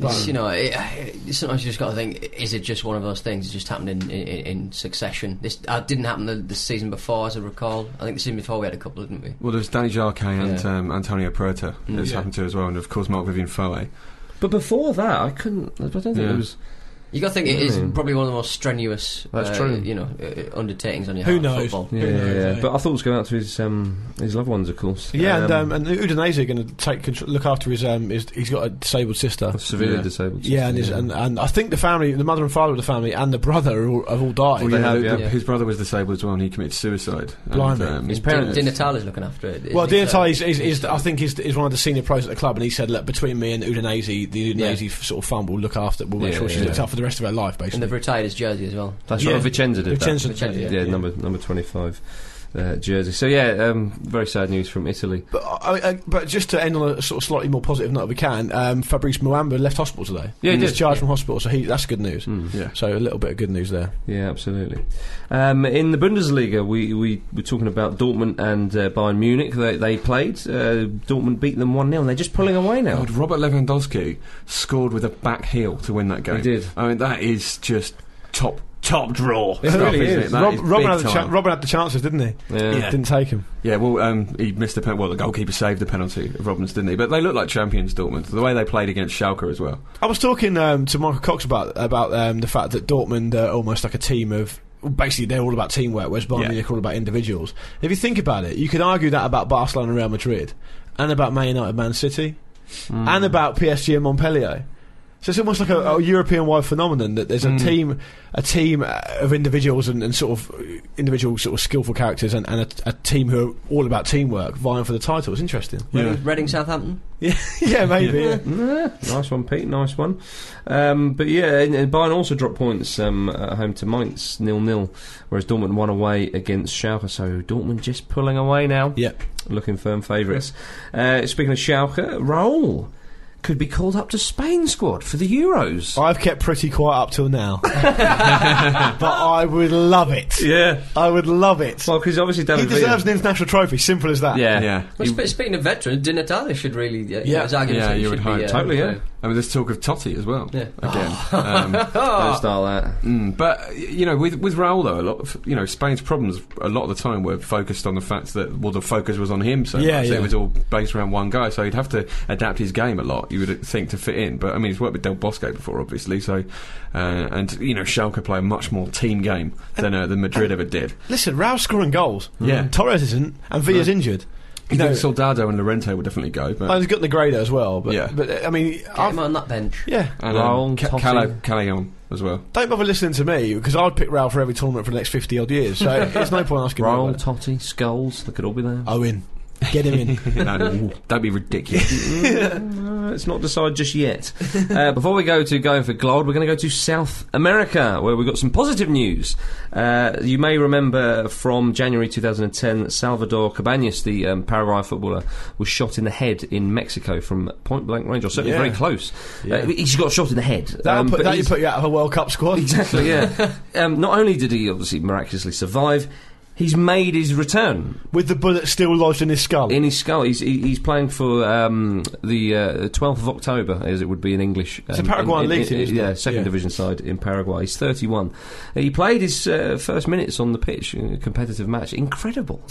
Speaker 5: It's, you know, it, it, sometimes you just got to think: is it just one of those things that just happened in, in, in succession? This uh, didn't happen the, the season before, as I recall. I think the season before we had a couple, didn't we?
Speaker 3: well, there's Danny Jarque and
Speaker 5: Yeah.
Speaker 3: um, Antonio Peretta that's
Speaker 4: Yeah.
Speaker 3: happened to as well, and of course Mark Vivian Foe.
Speaker 2: But before that, I couldn't. I don't think
Speaker 3: Yeah.
Speaker 2: it was.
Speaker 5: You got to think it is
Speaker 2: Mm.
Speaker 5: probably one of the most strenuous,
Speaker 2: That's
Speaker 5: uh,
Speaker 2: true.
Speaker 5: you know, uh, undertakings on your
Speaker 4: Who
Speaker 5: heart,
Speaker 4: knows?
Speaker 5: football.
Speaker 2: Yeah,
Speaker 4: Yeah,
Speaker 2: yeah, yeah.
Speaker 4: yeah.
Speaker 2: uh, But our thoughts go out to his um, his loved ones, of course.
Speaker 4: Yeah, and, um, and Udinese are going to take contr- look after his, um, his. He's got a disabled sister.
Speaker 2: severely
Speaker 3: Yeah.
Speaker 2: disabled.
Speaker 4: Yeah, and, his,
Speaker 2: sister,
Speaker 4: and and I think the family, the mother and father of the family, and the brother are all, have all died.
Speaker 3: Well, yeah,
Speaker 2: have,
Speaker 3: the-
Speaker 2: yeah.
Speaker 3: the- his brother was disabled as well, and he committed suicide.
Speaker 4: Blimey.
Speaker 3: And, um,
Speaker 2: His
Speaker 5: Di-
Speaker 2: parents-
Speaker 5: Di Natale's looking after it. uh, isn't
Speaker 4: Well,
Speaker 5: he? So-
Speaker 4: Dinatale is, is, is I think is, is one of the senior pros at the club, and he said, look, between me and Udinese, the Udinese f sort of fund will look after, will make
Speaker 2: Yeah,
Speaker 4: sure she's
Speaker 2: yeah.
Speaker 4: looked after for the rest of her life,
Speaker 5: and
Speaker 4: basically.
Speaker 5: they've retired his jersey as well.
Speaker 2: that's
Speaker 4: yeah.
Speaker 2: right. Vicenza did
Speaker 4: Vicenza,
Speaker 2: that.
Speaker 5: Vicenza,
Speaker 2: yeah,
Speaker 5: yeah.
Speaker 2: number number twenty five. Uh, jersey. So yeah, um, very sad news from Italy.
Speaker 4: But, I, I, but just to end on a sort of slightly more positive note, if we can, um, Fabrice Muamba left hospital today.
Speaker 2: Yeah, Hmm. he did.
Speaker 4: discharged from hospital, so he, that's good news.
Speaker 3: yeah.
Speaker 4: So a little bit of good news there.
Speaker 2: Yeah, absolutely. Um, in the Bundesliga, we, we were talking about Dortmund and uh, Bayern Munich. They, they played. Uh, Dortmund beat them one 0 They're just pulling away now.
Speaker 3: God, Robert Lewandowski scored with a back heel to win that game.
Speaker 2: He did.
Speaker 3: I mean, that is just top top draw.
Speaker 2: It
Speaker 3: stuff,
Speaker 2: really
Speaker 3: isn't
Speaker 2: is.
Speaker 3: It? That
Speaker 4: Rob,
Speaker 3: is
Speaker 4: Robin,
Speaker 3: big
Speaker 4: had the
Speaker 3: time.
Speaker 4: chan Robin had the chances, didn't he?
Speaker 2: Yeah. Yeah.
Speaker 4: Didn't take him.
Speaker 3: Yeah, well, um, he missed the pen- well. The goalkeeper saved the penalty of Robbins, didn't he? But they look like champions, Dortmund. The way they played against Schalke as well.
Speaker 4: I was talking um, to Michael Cox about about um, the fact that Dortmund are almost like a team of. Basically, they're all about teamwork, whereas Bayern
Speaker 3: Yeah.
Speaker 4: Munich are all about individuals. If you think about it, you could argue that about Barcelona and Real Madrid, and about Man United, Man City, and about PSG and Montpellier. So it's almost like a, a European-wide phenomenon that there's a team, a team uh, of individuals and, and sort of uh, individual sort of skillful characters, and, and a, a team who are all about teamwork, vying for the title. It's interesting.
Speaker 5: Reading, Reading Southampton.
Speaker 4: Yeah, yeah, maybe. Yeah.
Speaker 2: nice one, Pete. Nice one. Um, but yeah, and, and Bayern also dropped points um, at home to Mainz, nil nil, whereas Dortmund won away against Schalke. So Dortmund just pulling away now.
Speaker 4: Yep.
Speaker 2: looking firm favourites. Uh, speaking of Schalke, Raul could be called up to Spain squad for the Euros.
Speaker 4: I've kept pretty quiet up till now, but I would love it.
Speaker 2: yeah,
Speaker 4: I would love it.
Speaker 2: well, because obviously
Speaker 4: he
Speaker 2: David Villa-
Speaker 4: deserves an international trophy. Simple as that.
Speaker 2: Yeah,
Speaker 3: Yeah.
Speaker 5: Well, sp- speaking of veterans, Di Natale should really. Uh, yeah, his argument
Speaker 3: Yeah,
Speaker 5: should-
Speaker 3: you
Speaker 5: should
Speaker 3: would
Speaker 5: be,
Speaker 3: hope.
Speaker 5: uh,
Speaker 2: Totally, yeah.
Speaker 5: played.
Speaker 3: I mean, there's talk of Totti as well.
Speaker 5: Yeah.
Speaker 3: Again. Um,
Speaker 2: Don't start that.
Speaker 3: Mm, but y- you know, with with Raul though, a lot of you know Spain's problems a lot of the time were focused on the fact that well, the focus was on him, so
Speaker 4: Yeah,
Speaker 3: much. that
Speaker 4: yeah.
Speaker 3: it was all based around one guy. So he'd have to adapt his game a lot. You would think to fit in, but I mean, he's worked with Del Bosco before, obviously. So uh, and you know, Schalke play a much more team game than uh, than Madrid ever did.
Speaker 4: Listen, Raul's scoring goals. Mm.
Speaker 3: Yeah.
Speaker 4: Torres isn't, and Villa's injured.
Speaker 3: You
Speaker 4: No.
Speaker 3: think Soldado and Lorente would definitely go, but
Speaker 4: Oh, he's got the grader as well, but
Speaker 3: Yeah.
Speaker 4: but uh, I mean,
Speaker 5: Get
Speaker 4: I've,
Speaker 5: him on that bench.
Speaker 4: yeah.
Speaker 3: and
Speaker 2: Raul,
Speaker 3: Ca-
Speaker 2: Totti.
Speaker 3: Cala- Calaon as well.
Speaker 4: Don't bother listening to me because I'd pick Raul for every tournament for the next fifty odd years. So it's no point asking. me
Speaker 2: Raul,
Speaker 4: about it.
Speaker 2: Totti, Skulls, they could all be there.
Speaker 4: Owen, get him in.
Speaker 3: No, don't be ridiculous.
Speaker 2: Uh, it's not decided just yet. uh, before we go to going for gold, we're going to go to South America, where we've got some positive news. Uh, you may remember from January 2010 that Salvador Cabanas, the um, Paraguay footballer, was shot in the head in Mexico from point blank range, or certainly
Speaker 4: Yeah.
Speaker 2: very close.
Speaker 4: Yeah.
Speaker 2: Uh, he's got shot in the head.
Speaker 4: That'll
Speaker 2: um,
Speaker 4: put,
Speaker 2: but
Speaker 4: that you
Speaker 2: he's-
Speaker 4: put you out of a World Cup squad.
Speaker 2: Exactly, yeah. um, not only did he obviously miraculously survive, he's made his return
Speaker 4: With the bullet still lodged in his skull.
Speaker 2: in his skull. He's, he- he's playing for um, the uh, 12th of October, as it would be in English. Um,
Speaker 4: It's a Paraguayan
Speaker 2: in- in-
Speaker 4: league team,
Speaker 2: in-
Speaker 4: isn't it?
Speaker 2: yeah, second
Speaker 4: Yeah.
Speaker 2: division side in Paraguay. He's 31. He played his uh, first minutes on the pitch in a competitive match. Incredible.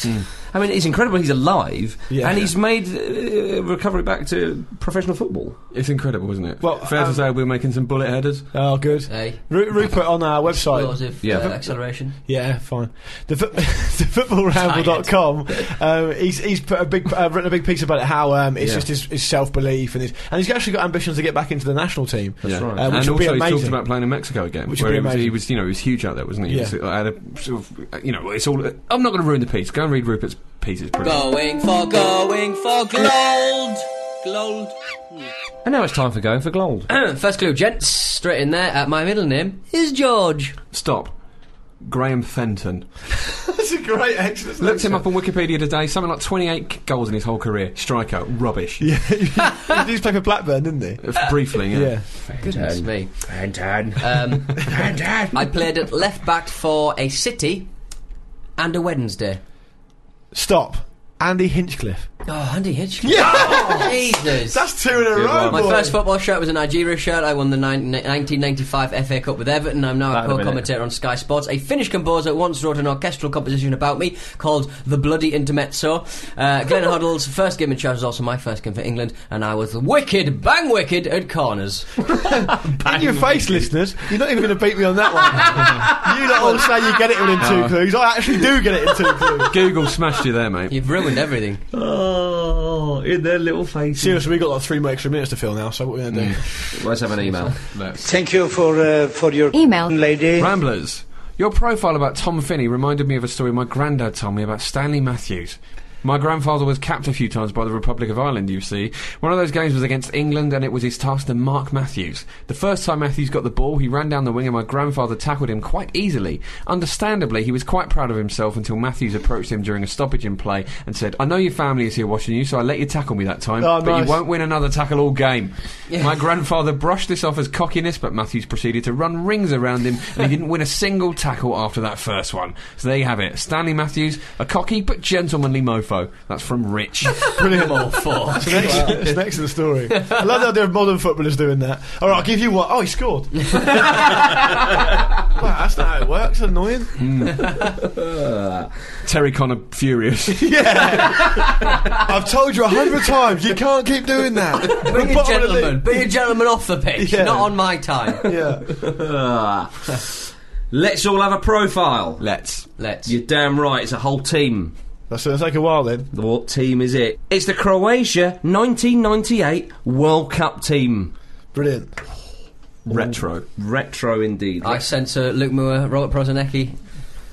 Speaker 2: I mean, it's incredible he's alive
Speaker 4: Hmm. Yeah.
Speaker 2: and he's made uh, recovery back to professional football.
Speaker 3: it's incredible, isn't it?
Speaker 4: Well,
Speaker 3: fair
Speaker 4: um,
Speaker 3: to say, we're making some bullet headers.
Speaker 4: oh, good.
Speaker 5: Hey,
Speaker 4: Ru- Rupert on our website.
Speaker 5: explosive
Speaker 2: Yeah.
Speaker 5: uh, acceleration.
Speaker 4: Yeah, fine. The, fo- the footballramble.com, um, he's, he's put a big, uh, written a big piece about it, how um, it's
Speaker 2: Yeah.
Speaker 4: just his, his self belief and his, and he's actually got ambitions to get back into the national team.
Speaker 2: That's right.
Speaker 4: Uh, which
Speaker 3: and
Speaker 4: would be
Speaker 3: also, he talked
Speaker 4: amazing.
Speaker 3: about playing in Mexico again,
Speaker 4: Which would
Speaker 3: where
Speaker 4: be
Speaker 3: he was, he
Speaker 4: amazing.
Speaker 3: was, you know, he was huge out there, wasn't he? He
Speaker 4: Yeah.
Speaker 3: was, uh, had a sort of, uh, you know, it's all. I'm not going to ruin the piece. Go and read Rupert's piece. It's brilliant.
Speaker 5: Going for, going for gold, gold.
Speaker 2: And now it's time for going for gold.
Speaker 5: First clue, gents, straight in there. Uh, my middle name is George.
Speaker 3: Stop. Graham Fenton.
Speaker 4: That's a great excellent.
Speaker 3: Looked him up on Wikipedia today. Something like 28 k- goals in his whole career. Striker. Rubbish.
Speaker 4: Yeah, he did play for Blackburn, didn't he?
Speaker 3: Uh, Briefly, yeah.
Speaker 4: Yeah.
Speaker 5: Goodness me.
Speaker 2: And Dad.
Speaker 5: Um,
Speaker 2: And Dad.
Speaker 5: I played at left back for a City and a Wednesday.
Speaker 4: Stop. Andy Hinchcliffe.
Speaker 5: Oh, Andy Hitchcock. Yeah! Jesus.
Speaker 4: That's two in a row.
Speaker 2: one.
Speaker 5: My
Speaker 4: boy.
Speaker 5: first football shirt was a Nigeria shirt. I won the nine- 1995 FA Cup with Everton. I'm now
Speaker 2: That'd
Speaker 5: a
Speaker 2: have been
Speaker 5: co-commentator on Sky Sports. A Finnish composer once wrote an orchestral composition about me called "The Bloody Intermezzo." Uh, Glenn Hoddle's first game in charge was also my first game for England, and I was wicked, bang wicked at corners.
Speaker 4: In your face, listeners. You're not even going to beat me on that one. you lot all say you get it within two clues. I actually do get it in two clues.
Speaker 3: Google smashed you there, mate.
Speaker 5: You've ruined everything.
Speaker 2: Oh, in their little faces.
Speaker 4: Seriously, we've got like three extra minutes to fill now, so what are we
Speaker 3: Mm.
Speaker 4: going to do?
Speaker 2: Let's have an email.
Speaker 6: Thank you for uh, for your
Speaker 7: Email.
Speaker 6: lady.
Speaker 3: Ramblers. Your profile about Tom Finney reminded me of a story my granddad told me about Stanley Matthews. My grandfather was capped a few times by the Republic of Ireland, you see. One of those games was against England and it was his task to mark Matthews. The first time Matthews got the ball, he ran down the wing and my grandfather tackled him quite easily. Understandably, he was quite proud of himself until Matthews approached him during a stoppage in play and said, I know your family is here watching you, so I let you tackle me that time,
Speaker 4: Oh,
Speaker 3: but
Speaker 4: nice.
Speaker 3: you won't win another tackle all game.
Speaker 5: Yeah.
Speaker 3: My grandfather brushed this off as cockiness, but Matthews proceeded to run rings around him, and he didn't win a single tackle after that first one. So there you have it. Stanley Matthews, a cocky but gentlemanly mofo. That's from Rich.
Speaker 4: Brilliant.
Speaker 5: All four.
Speaker 4: It's an excellent, it's an excellent story. I love the idea of modern footballers doing that. All right, I'll give you one. Oh, he scored. wow, that's not how it works. Annoying.
Speaker 3: Terry Connor furious.
Speaker 4: I've told you a hundred times, you can't keep doing that. We're
Speaker 5: Be a
Speaker 4: bottom of the
Speaker 5: gentleman. Be a gentleman off the pitch,
Speaker 4: Yeah.
Speaker 5: not on my time.
Speaker 4: league. Yeah.
Speaker 2: Let's all have a profile.
Speaker 3: Let's.
Speaker 5: Let's.
Speaker 2: You're damn right. It's a whole team.
Speaker 4: That's going to take a while then.
Speaker 2: What team is it? It's the Croatia 1998 World Cup team.
Speaker 4: Brilliant.
Speaker 3: Retro.
Speaker 2: Retro indeed.
Speaker 5: I sense uh, Luke Moore, Robert Prozanecki,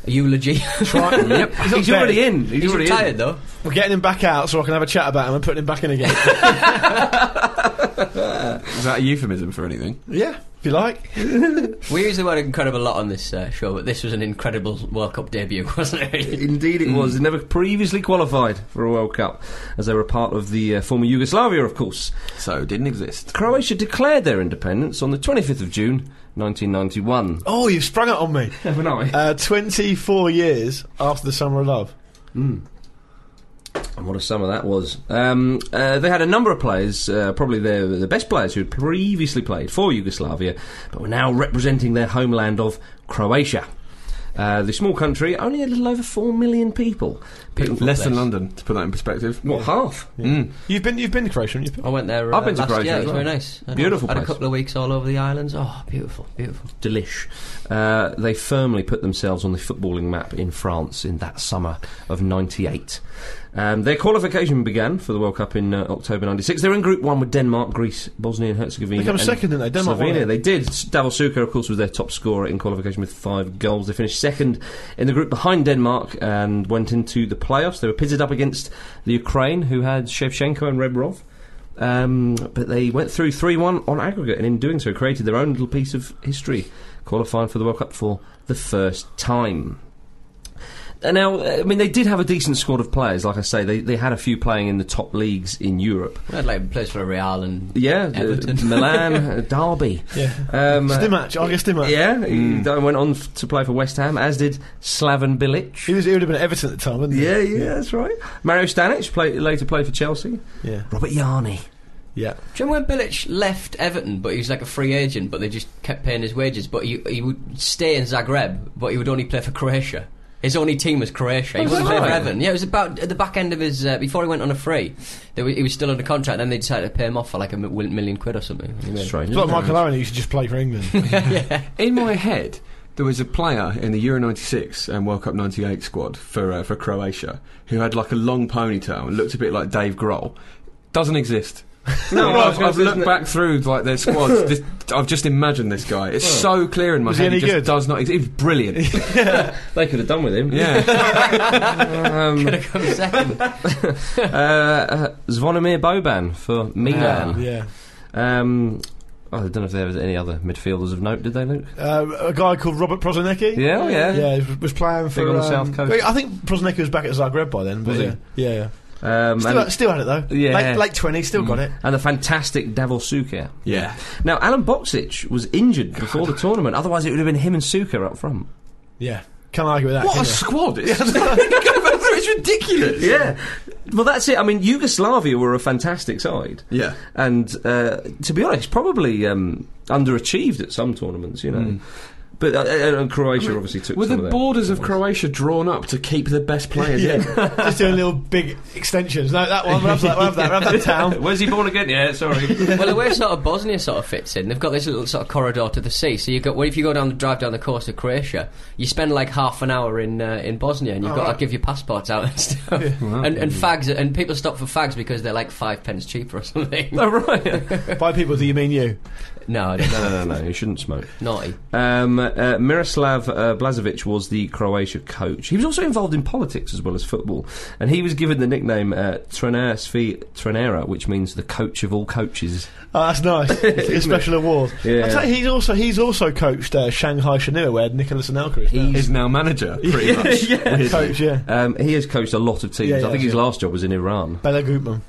Speaker 5: a eulogy.
Speaker 2: yep. He's,
Speaker 4: not
Speaker 2: already in. He's,
Speaker 5: He's
Speaker 2: already
Speaker 5: retired
Speaker 2: in.
Speaker 5: though.
Speaker 4: We're getting him back out so I can have a chat about him and putting him back in again.
Speaker 3: Is that a euphemism for anything?
Speaker 4: yeah, if you like.
Speaker 5: We use the word incredible a lot on this uh, show, but this was an incredible World Cup debut, wasn't it?
Speaker 2: Indeed, it was. They never previously qualified for a World Cup, as they were a part of the uh, former Yugoslavia, of course.
Speaker 3: So didn't exist.
Speaker 2: Croatia declared their independence on the 25th of June, 1991.
Speaker 4: Oh, you've sprung it on me.
Speaker 2: Haven't I?
Speaker 4: Uh, 24 years after the Summer of Love.
Speaker 2: And what a summer that was. Um, uh, they had a number of players, uh, probably their, the best players who had previously played for Yugoslavia, but were now representing their homeland of Croatia. Uh, the small country, only a little over 4 million people. People-
Speaker 3: Less than London, to put that in perspective.
Speaker 2: What, half?
Speaker 3: Mm.
Speaker 4: You've been, you've been to Croatia, haven't you?
Speaker 5: I went there.
Speaker 2: I've
Speaker 5: uh,
Speaker 2: been to
Speaker 5: last
Speaker 2: Croatia
Speaker 5: year,
Speaker 2: as
Speaker 5: It was
Speaker 2: well.
Speaker 5: very nice. I had-
Speaker 2: Beautiful
Speaker 5: Had a
Speaker 2: place.
Speaker 5: couple of weeks all over the islands. Oh, beautiful, beautiful.
Speaker 2: Delish. Uh, they firmly put themselves on the footballing map in France in that summer of 98. Um, their qualification began for the World Cup in uh, October 96. They were in Group 1 with Denmark, Greece, Bosnia and Herzegovina.
Speaker 4: They came
Speaker 2: and
Speaker 4: second, didn't they? Denmark won
Speaker 2: Slovenia.
Speaker 4: it.
Speaker 2: They did. Davos Suker, of course, was their top scorer in qualification with five goals. They finished second in the group behind Denmark and went into the playoffs. They were pitted up against the Ukraine, who had Shevchenko and Rebrov. Um, but they went through 3 1 on aggregate and in doing so created their own little piece of history, qualifying for the World Cup for the first time. And Now, uh, I mean, they did have a decent squad of players. Like I say, they, they had a few playing in the top leagues in Europe.
Speaker 5: I had like place for Real and
Speaker 2: Yeah, uh,
Speaker 5: Everton.
Speaker 2: Milan, uh, Derby.
Speaker 4: Yeah.
Speaker 2: Um, uh,
Speaker 4: Stimac, I guess Stimac.
Speaker 2: yeah, he then went on f- to play for West Ham, as did Slaven Bilic. Hmm.
Speaker 4: He, was, he would have been at Everton at the time, wouldn't he?
Speaker 2: Yeah, yeah, that's right. Mario Stanic play, later played for Chelsea.
Speaker 4: Yeah.
Speaker 2: Robert Yarni.
Speaker 4: Yeah.
Speaker 5: Do you remember when Bilic left Everton, but he was like a free agent, but they just kept paying his wages? But he, he would stay in Zagreb, but he would only play for Croatia. His only team was Croatia. He
Speaker 2: Oh,
Speaker 5: wasn't
Speaker 2: right.
Speaker 5: playing for Everton. Yeah, it was about at the back end of his uh, before he went on a free. They were, he was still under contract. and Then they decided to pay him off for like a mi- will- million quid or something.
Speaker 2: Strange.
Speaker 4: It's like Michael Owen, he should just play for England.
Speaker 3: In my head, there was a player in the Euro 96 and World Cup 98 squad for, uh, for Croatia who had like a long ponytail and looked a bit like Dave Grohl. Doesn't exist.
Speaker 2: No, I was
Speaker 3: I've,
Speaker 2: gonna
Speaker 3: I've
Speaker 2: say,
Speaker 3: looked
Speaker 2: isn't it-
Speaker 3: back through like their squads. this, I've just imagined this guy. It's so clear in my
Speaker 4: Was he
Speaker 3: head.
Speaker 4: any
Speaker 3: just
Speaker 4: good?
Speaker 3: does not. Exist. He was brilliant.
Speaker 2: They could have done with him.
Speaker 3: Yeah.
Speaker 2: Um,
Speaker 5: Could have come second.
Speaker 2: uh, uh, Zvonimir Boban for Milan.
Speaker 4: yeah.
Speaker 2: Um, oh, I don't know if there was any other midfielders of note, did they, Luke?
Speaker 4: Uh, a guy called Robert Prozanecki.
Speaker 2: Yeah, oh, yeah.
Speaker 4: Yeah, he was playing for
Speaker 2: on the
Speaker 4: um,
Speaker 2: south coast.
Speaker 4: I think Prozanecki was back at Zagreb by then. But
Speaker 2: Was he?
Speaker 4: yeah. Yeah, yeah.
Speaker 2: Um,
Speaker 4: Still,
Speaker 2: and,
Speaker 4: still had it though.
Speaker 2: Yeah. Mm.
Speaker 4: Late, late 20s, still got it.
Speaker 2: and the fantastic Davor Suker.
Speaker 3: yeah.
Speaker 2: Now, Alan Boxic was injured before the tournament, otherwise, it would have been him and Suker up front.
Speaker 4: Yeah. Can't argue with that.
Speaker 3: What
Speaker 4: can
Speaker 3: a
Speaker 4: you?
Speaker 3: squad! It's, it's ridiculous.
Speaker 2: Yeah. Well, that's it. I mean, Yugoslavia were a fantastic side.
Speaker 3: Yeah.
Speaker 2: And uh, to be honest, probably um, underachieved at some tournaments, you know. But uh, uh, and Croatia obviously took
Speaker 3: Were
Speaker 2: some
Speaker 3: the
Speaker 2: of
Speaker 3: borders of Croatia drawn up to keep the best players in?
Speaker 4: yeah. just doing little big extensions. No, that one, we'll have that, we'll have that, we'll have that
Speaker 2: that.
Speaker 4: town.
Speaker 2: Where's he born again? Yeah, sorry.
Speaker 5: well, the way sort of Bosnia sort of fits in, they've got this little sort of corridor to the sea. So you got well, if you go down the drive down the coast of Croatia, you spend like half an hour in uh, in Bosnia, and you've
Speaker 2: Oh,
Speaker 5: got to give your passports out and stuff. And, and fags, and people stop for fags because they're like five pence cheaper or something.
Speaker 2: oh, right.
Speaker 4: By people, do you mean you?
Speaker 5: no, I don't know.
Speaker 2: no, no, no, you shouldn't smoke.
Speaker 5: Naughty.
Speaker 2: Um, uh, Miroslav uh, Blazovic was the Croatia coach. He was also involved in politics as well as football, and he was given the nickname uh, Trener Svi Trenera, which means the coach of all coaches.
Speaker 4: Oh, that's nice. It's a special award.
Speaker 2: Yeah.
Speaker 4: I'll tell you, he's also he's also coached uh, Shanghai Shenhua, where Nicholas Anelka is now.
Speaker 3: Is now manager, pretty much.
Speaker 4: coach, yeah.
Speaker 2: Um, he has coached a lot of teams.
Speaker 4: Yeah,
Speaker 2: I
Speaker 4: yeah,
Speaker 2: think his
Speaker 4: yeah.
Speaker 2: last job was in Iran.
Speaker 4: Bella Gutman.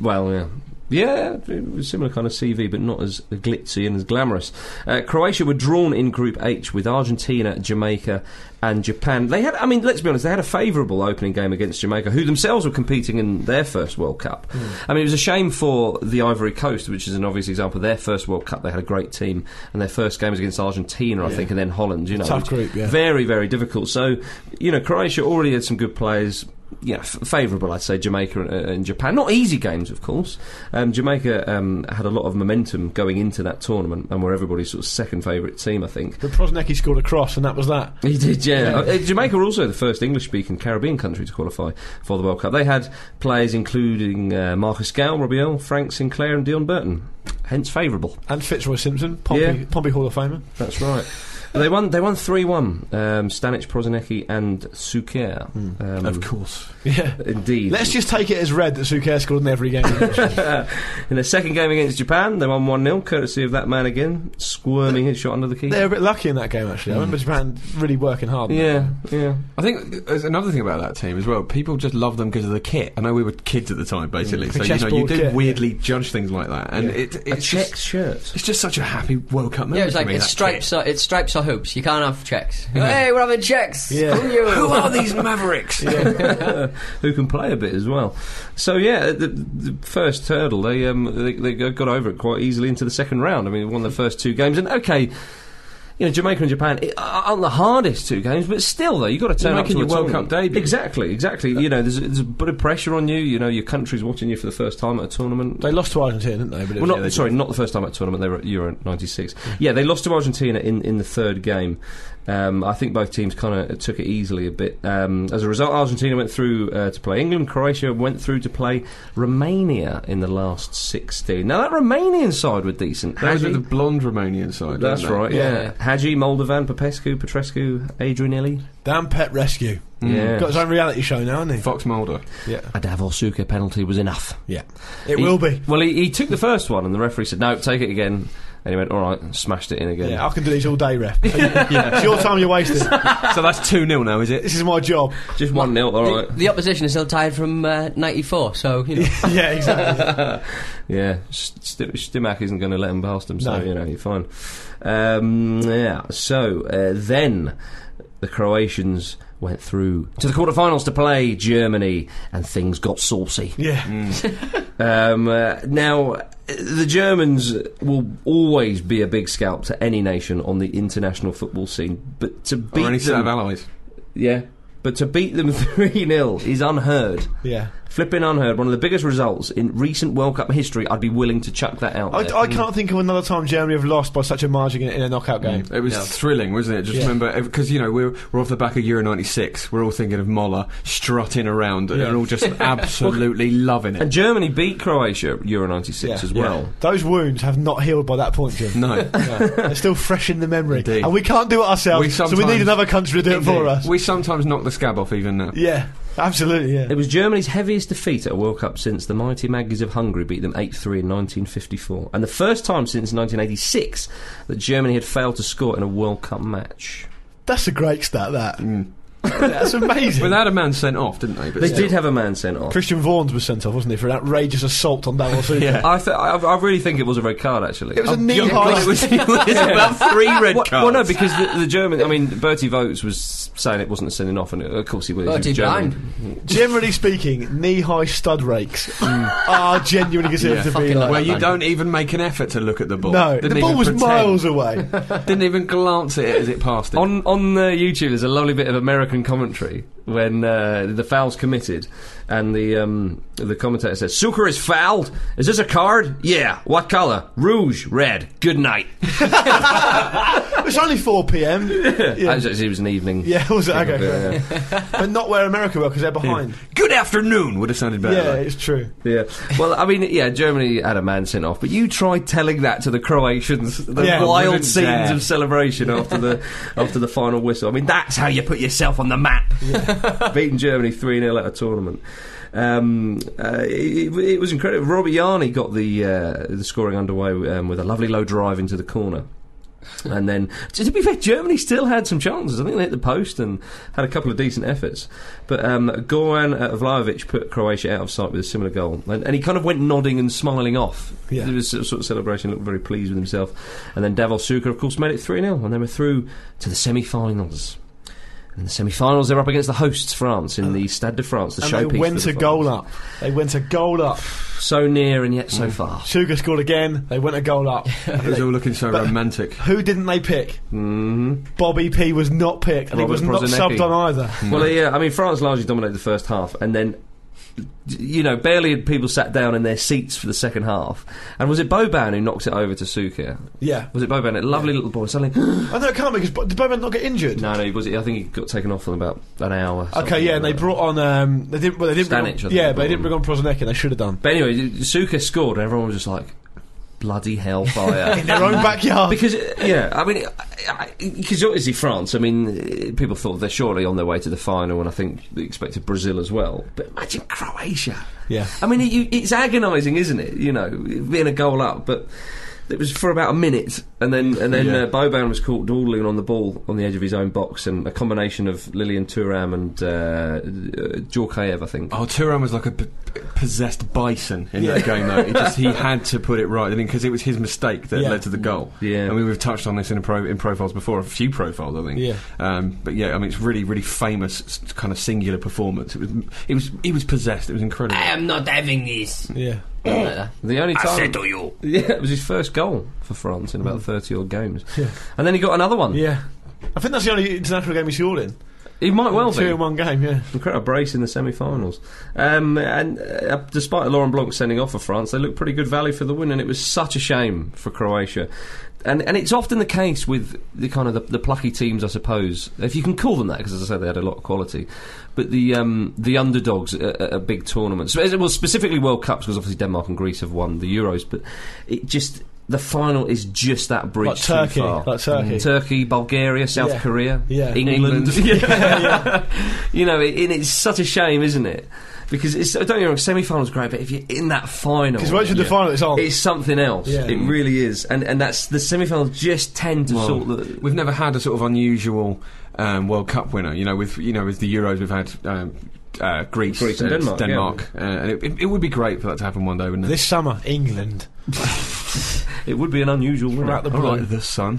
Speaker 2: Well, yeah. Yeah, it was similar kind of CV, but not as glitzy and as glamorous. Uh, Croatia were drawn in Group H with Argentina, Jamaica, and Japan. They had, I mean, let's be honest, they had a favourable opening game against Jamaica, who themselves were competing in their first World Cup.
Speaker 4: Hmm.
Speaker 2: I mean, it was a shame for the Ivory Coast, which is an obvious example. Their first World Cup, they had a great team, and their first game was against Argentina, I think, and then Holland. You know,
Speaker 4: Tough
Speaker 2: which-
Speaker 4: group, yeah.
Speaker 2: very, very difficult. So, you know, Croatia already had some good players. Yeah, f- favourable, I'd say, Jamaica and, uh, and Japan. Not easy games, of course. Um, Jamaica um, had a lot of momentum going into that tournament and were everybody's sort of second favourite team, I think.
Speaker 4: But Prosnecki scored a cross, and that was that.
Speaker 2: He did, yeah.
Speaker 4: Yeah.
Speaker 2: Uh, uh, Jamaica were also the first English-speaking Caribbean country to qualify for the World Cup. They had players including uh, Marcus Gale, Robiel, Frank Sinclair and Dion Burton. hence favourable.
Speaker 4: And Fitzroy Simpson, Pompey,
Speaker 2: Yeah.
Speaker 4: Pompey Hall of Famer.
Speaker 2: That's right. they won. They won three one. Um, Stanic, Prozinecki, and Suker. Um,
Speaker 3: of course.
Speaker 4: Yeah.
Speaker 2: Indeed.
Speaker 4: Let's just take it as read that Suker scored in every game.
Speaker 2: In their second game against Japan, they won 1 0, courtesy of that man again, squirming his shot under the key.
Speaker 4: They're a bit lucky in that game, actually. I remember Japan really working hard. on
Speaker 2: Yeah, yeah.
Speaker 3: I think there's another thing about that team as well. People just love them because of the kit. I know we were kids at the time, basically.
Speaker 4: Mm.
Speaker 3: So
Speaker 4: The
Speaker 3: you know, you
Speaker 4: chessboard
Speaker 3: do
Speaker 4: kit, yeah.
Speaker 3: weirdly judge things like that, and
Speaker 4: Yeah.
Speaker 3: it,
Speaker 2: A
Speaker 3: it's
Speaker 2: checked
Speaker 3: just,
Speaker 2: shirt.
Speaker 3: it's just such a happy World Cup memory.
Speaker 5: Yeah, it's
Speaker 3: for
Speaker 5: like
Speaker 3: me,
Speaker 5: it's
Speaker 3: that
Speaker 5: stripes.
Speaker 3: kit.
Speaker 5: Or, it's stripes or hoops. You can't have checks. Hey, we're having checks.
Speaker 4: Yeah.
Speaker 5: Who you?
Speaker 3: Who are these Mavericks?
Speaker 2: who can play a bit as well. So yeah, the, the first hurdle they um they, they go- got over it quite easily into the second round. I mean, they won the first two games, and okay. You know, Jamaica and Japan i- aren't the hardest two games, but still, though, you've got to turn
Speaker 3: You're
Speaker 2: up to
Speaker 3: making
Speaker 2: a
Speaker 3: your World
Speaker 2: tournament.
Speaker 3: Cup debut.
Speaker 2: Exactly, exactly. You know, there's, there's a bit of pressure on you. You know, your country's watching you for the first time at a tournament.
Speaker 4: it. They lost to Argentina, didn't they? But it
Speaker 2: Well,
Speaker 4: was-
Speaker 2: not
Speaker 4: yeah, they
Speaker 2: sorry, not the first time at tournament. They were at Euro '96. Yeah, they lost to Argentina in, in the third game. Um, I think both teams kind of took it easily a bit. Um, as a result, Argentina went through uh, to play England. Croatia went through to play Romania in the last 16. Now that Romanian side were decent.
Speaker 3: Those are
Speaker 2: Hadji-
Speaker 3: the blonde Romanian side.
Speaker 2: that's
Speaker 3: weren't they?
Speaker 2: right. Yeah. Hadji, Moldovan, Popescu, Petrescu, Adrianelli.
Speaker 4: Damn Pet Rescue.
Speaker 2: Yeah.
Speaker 4: Got his own reality show now, hasn't he?
Speaker 3: Fox Mulder.
Speaker 4: Yeah.
Speaker 2: A Davolsuka penalty was enough.
Speaker 4: Yeah. It
Speaker 2: He-
Speaker 4: will be.
Speaker 2: Well, he, he took the first one, and the referee said, "No, take it again." And he went, "All right," and smashed it in again.
Speaker 4: Yeah, I can do these all day, ref. It's your time you're wasting.
Speaker 3: so that's 2 0 now, is it?
Speaker 4: This is my job.
Speaker 2: Just one 0 All right.
Speaker 5: The, the opposition is still tied from uh, '94, so you know.
Speaker 4: yeah, exactly.
Speaker 2: Yeah, St- Stimac isn't going to let him past him, so
Speaker 4: No.
Speaker 2: you know you're fine. Um, yeah, so uh, then the Croatians went through to the quarterfinals to play Germany, and things got saucy.
Speaker 4: Yeah.
Speaker 2: Um, uh, now, uh, the Germans will always be a big scalp to any nation on the international football scene, but to beat
Speaker 3: Or any set of
Speaker 2: them,
Speaker 3: allies.
Speaker 2: yeah, but to beat them three 0 is unheard.
Speaker 4: Yeah.
Speaker 2: Flipping unheard, one of the biggest results in recent World Cup history. I'd be willing to chuck that out.
Speaker 4: I,
Speaker 2: there.
Speaker 4: I can't think of another time Germany have lost by such a margin in, in a knockout game.
Speaker 3: It was thrilling, wasn't it? Just
Speaker 4: Yeah.
Speaker 3: remember, because you know we're, we're off the back of Euro '96. We're all thinking of Moller strutting around and all just absolutely loving
Speaker 2: And
Speaker 3: it.
Speaker 2: Germany beat Croatia at Euro '96
Speaker 4: Yeah.
Speaker 2: as well.
Speaker 4: Those wounds have not healed by that point, Jim.
Speaker 3: No,
Speaker 4: They're still fresh in the memory.
Speaker 3: Indeed.
Speaker 4: And we can't do it ourselves,
Speaker 3: We
Speaker 4: so we need
Speaker 3: sometimes-
Speaker 4: another country to do it for us.
Speaker 3: we sometimes knock the scab off even now.
Speaker 4: yeah, absolutely, yeah.
Speaker 2: It was Germany's heaviest defeat at a World Cup since the mighty Maggies of Hungary beat them 8 3 in 1954, and the first time since 1986 that Germany had failed to score in a World Cup match.
Speaker 4: That's a great stat, that.
Speaker 3: Mm.
Speaker 4: That's amazing.
Speaker 3: But they had a man sent off, didn't they? But
Speaker 2: They
Speaker 3: still.
Speaker 2: did have a man sent off.
Speaker 4: Christian Vaughan's was sent off, wasn't he, for an outrageous assault on Davos. yeah.
Speaker 2: I, th- I, I really think it was a red card, actually.
Speaker 4: It was a knee
Speaker 3: Yeah,
Speaker 4: high.
Speaker 3: God, it was, it was about three red
Speaker 2: well,
Speaker 3: cards.
Speaker 2: well, no, because the, the German. I mean, Bertie Vogts was saying it wasn't a sending off, and of course he was. he was
Speaker 5: Bertie
Speaker 2: German.
Speaker 5: Blind.
Speaker 4: Generally speaking, knee high stud rakes are genuinely
Speaker 3: Mm.
Speaker 4: considered
Speaker 3: Yeah.
Speaker 4: to be
Speaker 5: Fucking
Speaker 4: like.
Speaker 3: where you don't even make an effort to look at the ball.
Speaker 4: No,
Speaker 3: Didn't
Speaker 4: the
Speaker 3: even
Speaker 4: ball was
Speaker 3: pretend.
Speaker 4: miles away.
Speaker 3: Didn't even glance at it as it passed it.
Speaker 2: On on uh, YouTube, there's a lovely bit of American commentary when uh, the foul's committed, and the um, the commentator says, "Suker is fouled. Is this a card? Yeah. What color? Rouge, red. Good night."
Speaker 4: It's only 4 p.m. Yeah.
Speaker 2: As, as it was an evening.
Speaker 4: Yeah, was it?
Speaker 2: pick-up,
Speaker 4: Okay.
Speaker 2: yeah, yeah.
Speaker 4: but not where America were because they're behind.
Speaker 3: Good afternoon would have sounded
Speaker 4: Yeah,
Speaker 3: better.
Speaker 4: it's true.
Speaker 2: Yeah. Well, I mean, yeah, Germany had a man sent off, but you tried telling that to the Croatians, the
Speaker 4: Yeah,
Speaker 2: wild
Speaker 3: wouldn't
Speaker 2: scenes
Speaker 3: dare.
Speaker 2: of celebration after the after the final whistle. I mean, that's how you put yourself on the map. Beating Germany 3 0 at a tournament. Um, uh, it, it was incredible. Robert Yarni got the uh, the scoring underway um, with a lovely low drive into the corner. And then, to to be fair, Germany still had some chances. I think they hit the post and had a couple of decent efforts. But um, Goran uh, Vlahovic put Croatia out of sight with a similar goal. And, and he kind of went nodding and smiling off.
Speaker 4: Yeah.
Speaker 2: There was a sort of celebration, looked very pleased with himself. And then Davos Suker, of course, made it 3 0, and they were through to the semi finals. In the semi finals, they're up against the hosts, France, in the Stade de France, the
Speaker 4: Uh, and
Speaker 2: showpiece.
Speaker 4: they went
Speaker 2: for
Speaker 4: a
Speaker 2: the
Speaker 4: goal
Speaker 2: finals.
Speaker 4: up. They went a goal up.
Speaker 2: So near and yet
Speaker 4: Mm.
Speaker 2: so far.
Speaker 4: Sugar scored again. They went a goal up.
Speaker 3: It was all looking so romantic.
Speaker 4: Who didn't they pick?
Speaker 2: Mm-hmm.
Speaker 4: Bobby P was not picked, and
Speaker 2: Robert
Speaker 4: he was not
Speaker 2: Prozinecki.
Speaker 4: subbed on either.
Speaker 2: Well, yeah, I mean, France largely dominated the first half, and then, you know, barely had people sat down in their seats for the second half. And was it Boban who knocked it over to Suka?
Speaker 4: Yeah.
Speaker 2: Was it Boban? A lovely little boy. Suddenly,
Speaker 4: I know it can't because did Bowman not get injured?
Speaker 2: no, no, was it, I think he got taken off in about an hour.
Speaker 4: Okay, yeah, and they brought on. Um, they didn't. Well, they didn't.
Speaker 2: Stanic, I
Speaker 4: bring
Speaker 2: think
Speaker 4: on, yeah,
Speaker 2: they
Speaker 4: but they didn't
Speaker 2: brought
Speaker 4: bring on Prozinecki. They should have done.
Speaker 2: But anyway, Suka scored, and everyone was just like, bloody hellfire.
Speaker 4: in their own backyard.
Speaker 2: Because uh, yeah, I mean, because obviously France. I mean, uh, people thought they're surely on their way to the final, and I think they expected Brazil as well. But imagine Croatia.
Speaker 4: Yeah.
Speaker 2: I mean, it, you, it's agonising, isn't it? You know, being a goal up, but. It was for about a minute, and then and then
Speaker 3: Yeah.
Speaker 2: uh, Boban was caught dawdling on the ball on the edge of his own box, and a combination of Lillian Thuram and uh, uh, Djorkaeff, I think.
Speaker 3: Oh, Turan was like a p- p- possessed bison in
Speaker 4: Yeah.
Speaker 3: that game, though. He, just, he had to put it right because it was his mistake that
Speaker 4: Yeah.
Speaker 3: led to the goal.
Speaker 2: Yeah.
Speaker 3: I mean, we've touched on this in, a pro- in profiles before, a few profiles, I think.
Speaker 4: Yeah.
Speaker 3: Um, but yeah, I mean, it's really, really famous, s- kind of singular performance. It was, it was, he was possessed. It was incredible.
Speaker 5: I am not having this.
Speaker 4: yeah.
Speaker 5: Like that.
Speaker 2: The only time
Speaker 5: I said to you.
Speaker 2: Yeah, it was his first goal for France in about 30 odd games. And then he got another one.
Speaker 4: Yeah. I think that's the only international game he scored in.
Speaker 2: He might well
Speaker 4: Two
Speaker 2: be.
Speaker 4: in one game, yeah.
Speaker 2: Incredible brace in the semi finals. Um, and uh, despite Laurent Blanc sending off for France, they looked pretty good value for the win, and it was such a shame for Croatia. And, and it's often the case with the kind of the, the plucky teams, I suppose, if you can call them that, because as I said, they had a lot of quality. But the um, the underdogs at, at at big tournaments, so, well, specifically World Cups, because obviously Denmark and Greece have won the Euros, but it just the final is just that bridge
Speaker 4: Like
Speaker 2: too
Speaker 4: Turkey,
Speaker 2: far.
Speaker 4: like Turkey.
Speaker 2: Turkey, Bulgaria, South
Speaker 4: Yeah.
Speaker 2: Korea,
Speaker 4: Yeah.
Speaker 2: England. you know, it, and it's such a shame, isn't it? Because it's don't get me wrong, semi-finals great, but if you're in that final,
Speaker 4: Because once you're in the final, it's on.
Speaker 2: it's something else.
Speaker 4: Yeah.
Speaker 2: It really is, and and that's the semi-finals just tend to
Speaker 3: Well,
Speaker 2: sort the.
Speaker 3: We've never had a sort of unusual um, World Cup winner. You know, with you know with the Euros, we've had um, uh, Greece,
Speaker 2: Greece and Denmark, yeah.
Speaker 3: uh, and it, it, it would be great for that to happen one day, wouldn't it?
Speaker 4: This summer, England.
Speaker 2: It would be an unusual win.
Speaker 4: Out the
Speaker 3: All
Speaker 4: blue.
Speaker 3: right, the sun.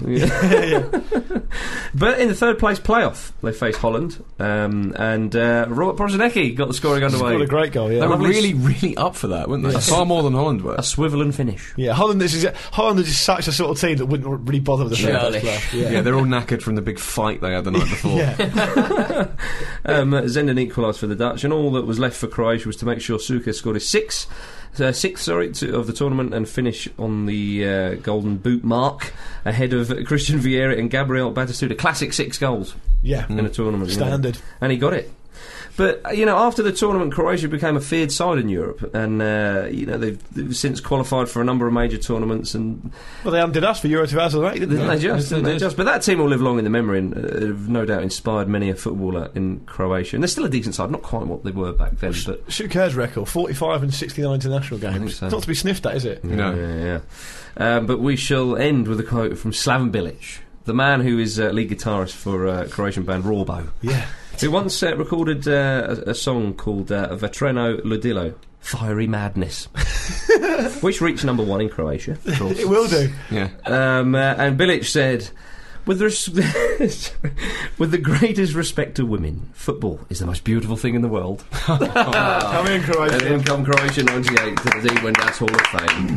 Speaker 2: But in the third place playoff, they faced Holland, um, and uh, Robert Prozinecki got the scoring underway.
Speaker 4: Scored a great goal, yeah.
Speaker 3: They were
Speaker 2: Lovely
Speaker 3: really, really up for that, weren't they? Far more than Holland were.
Speaker 2: a swivel and finish.
Speaker 4: Yeah, Holland is Holland is such a sort of team that wouldn't really bother with the third
Speaker 5: Surely.
Speaker 4: place.
Speaker 3: Yeah.
Speaker 4: player. Yeah.
Speaker 3: they're all knackered from the big fight they had the night before.
Speaker 4: Yeah.
Speaker 2: Um, Zenden equalised for the Dutch, and all that was left for Croatia was to make sure Suker scored his six, uh, sixth sorry, to, of the tournament and finish on the uh, golden boot mark ahead of Christian Vieira and Gabriel Batistuta. Classic six goals
Speaker 4: yeah.
Speaker 2: in a tournament. you know.
Speaker 4: Standard.
Speaker 2: And he got it. But uh, you know, after the tournament, Croatia became a feared side in Europe, and uh, you know they've, they've since qualified for a number of major tournaments. And
Speaker 4: Well, they undid us for Euro 2008, didn't
Speaker 2: didn't
Speaker 4: they?
Speaker 2: they just?
Speaker 3: they
Speaker 2: Didn't they
Speaker 3: did.
Speaker 2: just? But that team will live long in the memory, and uh, have no doubt inspired many a footballer in Croatia. And they're still a decent side, not quite what they were back then, but
Speaker 4: Shoot Kerr's record: forty-five and sixty-nine international games.
Speaker 2: think so. Mm.
Speaker 4: Not to be sniffed at, is it?
Speaker 3: No.
Speaker 2: Yeah, yeah. Um, but we shall end with a quote from Slaven Bilic, the man who is uh, lead guitarist for uh, Croatian band Rawbo,
Speaker 4: Yeah.
Speaker 2: who once uh, recorded uh, a, a song called uh, Vetreno Ludilo, Fiery Madness, which reached number one in Croatia, of course.
Speaker 4: It will do.
Speaker 3: Yeah.
Speaker 2: Um, uh, and Bilic said, with, res- with the greatest respect to women, football is the most beautiful thing in the world. Ah.
Speaker 4: Come in,
Speaker 2: And
Speaker 4: Croatia.
Speaker 2: in come Croatia 98 to the England Dance Hall of Fame.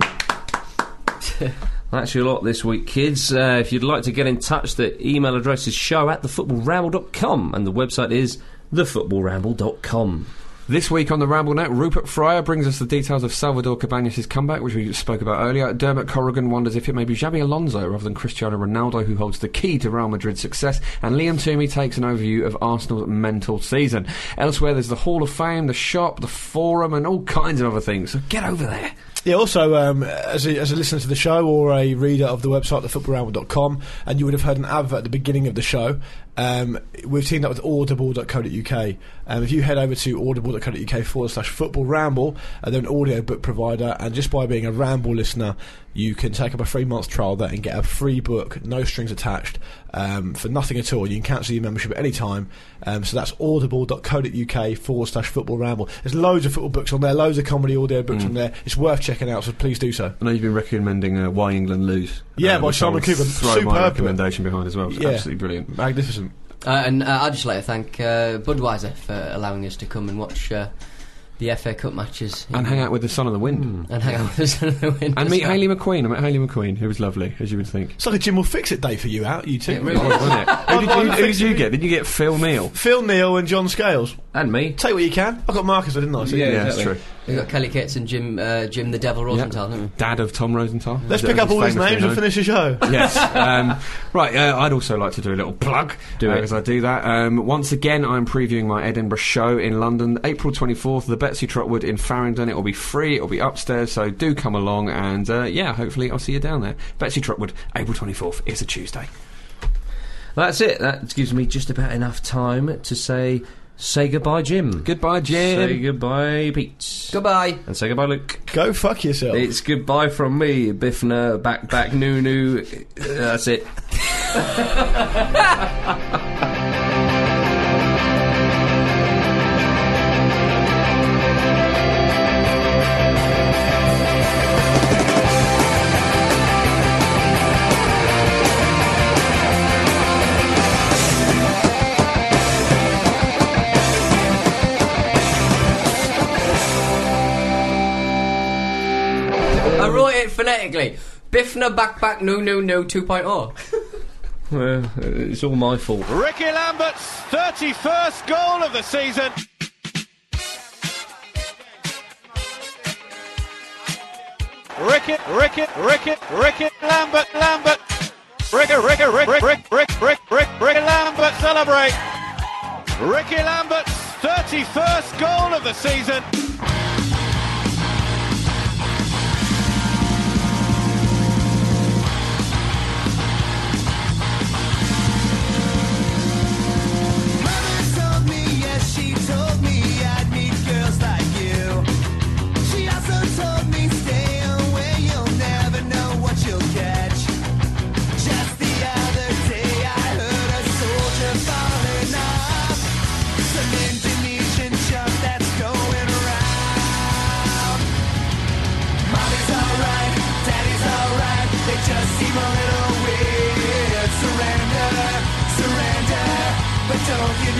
Speaker 2: That's your lot this week, kids. Uh, if you'd like to get in touch, the email address is show at thefootballramble.com and the website is thefootballramble.com.
Speaker 3: This week on the Ramble Net, Rupert Fryer brings us the details of Salvador Cabanas' comeback, which we spoke about earlier. Dermot Corrigan wonders if it may be Xabi Alonso rather than Cristiano Ronaldo who holds the key to Real Madrid's success. And Liam Toomey takes an overview of Arsenal's mental season. Elsewhere, there's the Hall of Fame, the shop, the forum, and all kinds of other things. So get over there.
Speaker 4: Yeah, also, um, as, a, as a listener to the show or a reader of the website, thefootballramble.com, and you would have heard an advert at the beginning of the show. Um, we've teamed up with audible.co.uk. Um, if you head over to audible.co.uk forward slash football ramble, uh, they're an audio book provider, and just by being a ramble listener, you can take up a three month trial there and get a free book, no strings attached, um, for nothing at all. You can cancel your membership at any time. Um, so that's audible.co.uk forward slash football ramble. There's loads of football books on there, loads of comedy audio books on there. It's worth checking out, so please do so.
Speaker 3: I know you've been recommending uh, Why England Lose. Uh,
Speaker 4: Yeah, by
Speaker 3: which I
Speaker 4: Simon
Speaker 3: will
Speaker 4: Cooper.
Speaker 3: Throw
Speaker 4: Superb book.
Speaker 3: my recommendation behind as well. It's
Speaker 4: Yeah.
Speaker 3: absolutely brilliant.
Speaker 4: Magnificent.
Speaker 5: Uh, and uh, I'd just like to thank uh, Budweiser for allowing us to come and watch uh, the FA Cup matches
Speaker 3: And hang out with the Son of the Wind.
Speaker 5: and hang out with us in the wind.
Speaker 3: And meet Haley McQueen. I met Haley McQueen, who was lovely, as you would think.
Speaker 4: It's like a Jim will fix it day for you out, you two.
Speaker 5: It really
Speaker 3: wasn't it? who, did you, who did you get? Did you get Phil Neal?
Speaker 4: Phil Neal and John Scales.
Speaker 2: And me.
Speaker 4: Take what you can. I got Marcus, I didn't I? So
Speaker 2: Yeah.
Speaker 3: that's
Speaker 2: exactly.
Speaker 3: true.
Speaker 5: We've got Kelly Kitts and Jim, uh, Jim the Devil Rosenthal, haven't we?
Speaker 3: Dad of Tom Rosenthal.
Speaker 4: Let's
Speaker 3: Is
Speaker 4: pick
Speaker 3: that
Speaker 4: up all
Speaker 3: he's
Speaker 4: these names
Speaker 3: famously
Speaker 4: and
Speaker 3: known?
Speaker 4: finish the show.
Speaker 3: yes. Um, right, uh, I'd also like to do a little plug.
Speaker 2: Do
Speaker 3: uh,
Speaker 2: it.
Speaker 3: As I do that. Um, once again, I'm previewing my Edinburgh show in London, April 24th, the Betsy Trotwood in Farringdon. It'll be free, it'll be upstairs, so do come along and uh, yeah, hopefully I'll see you down there. Betsy Trotwood, April 24th. It's a Tuesday.
Speaker 2: That's it. That gives me just about enough time to say say goodbye, Jim.
Speaker 3: Goodbye,
Speaker 2: Say
Speaker 3: Jim.
Speaker 2: goodbye, Pete.
Speaker 5: Goodbye.
Speaker 2: and say goodbye, Luke.
Speaker 4: Go fuck yourself.
Speaker 2: It's goodbye from me, Biffner, back, back, noo, noo. That's it.
Speaker 5: I wrote it phonetically. Biffner back back no no no oh. 2.0.
Speaker 2: Uh, it's all my fault.
Speaker 8: Ricky Lambert's 31st goal of the season. Ricky, Ricky, Ricky, Ricky Lambert, Lambert. Ricky, Ricky, Rick, Rick, Rick, Rick, Rick, Rick, Ricky Lambert celebrate. Ricky Lambert's 31st goal of the season.
Speaker 1: Just seem a little weird. Surrender, surrender, but don't give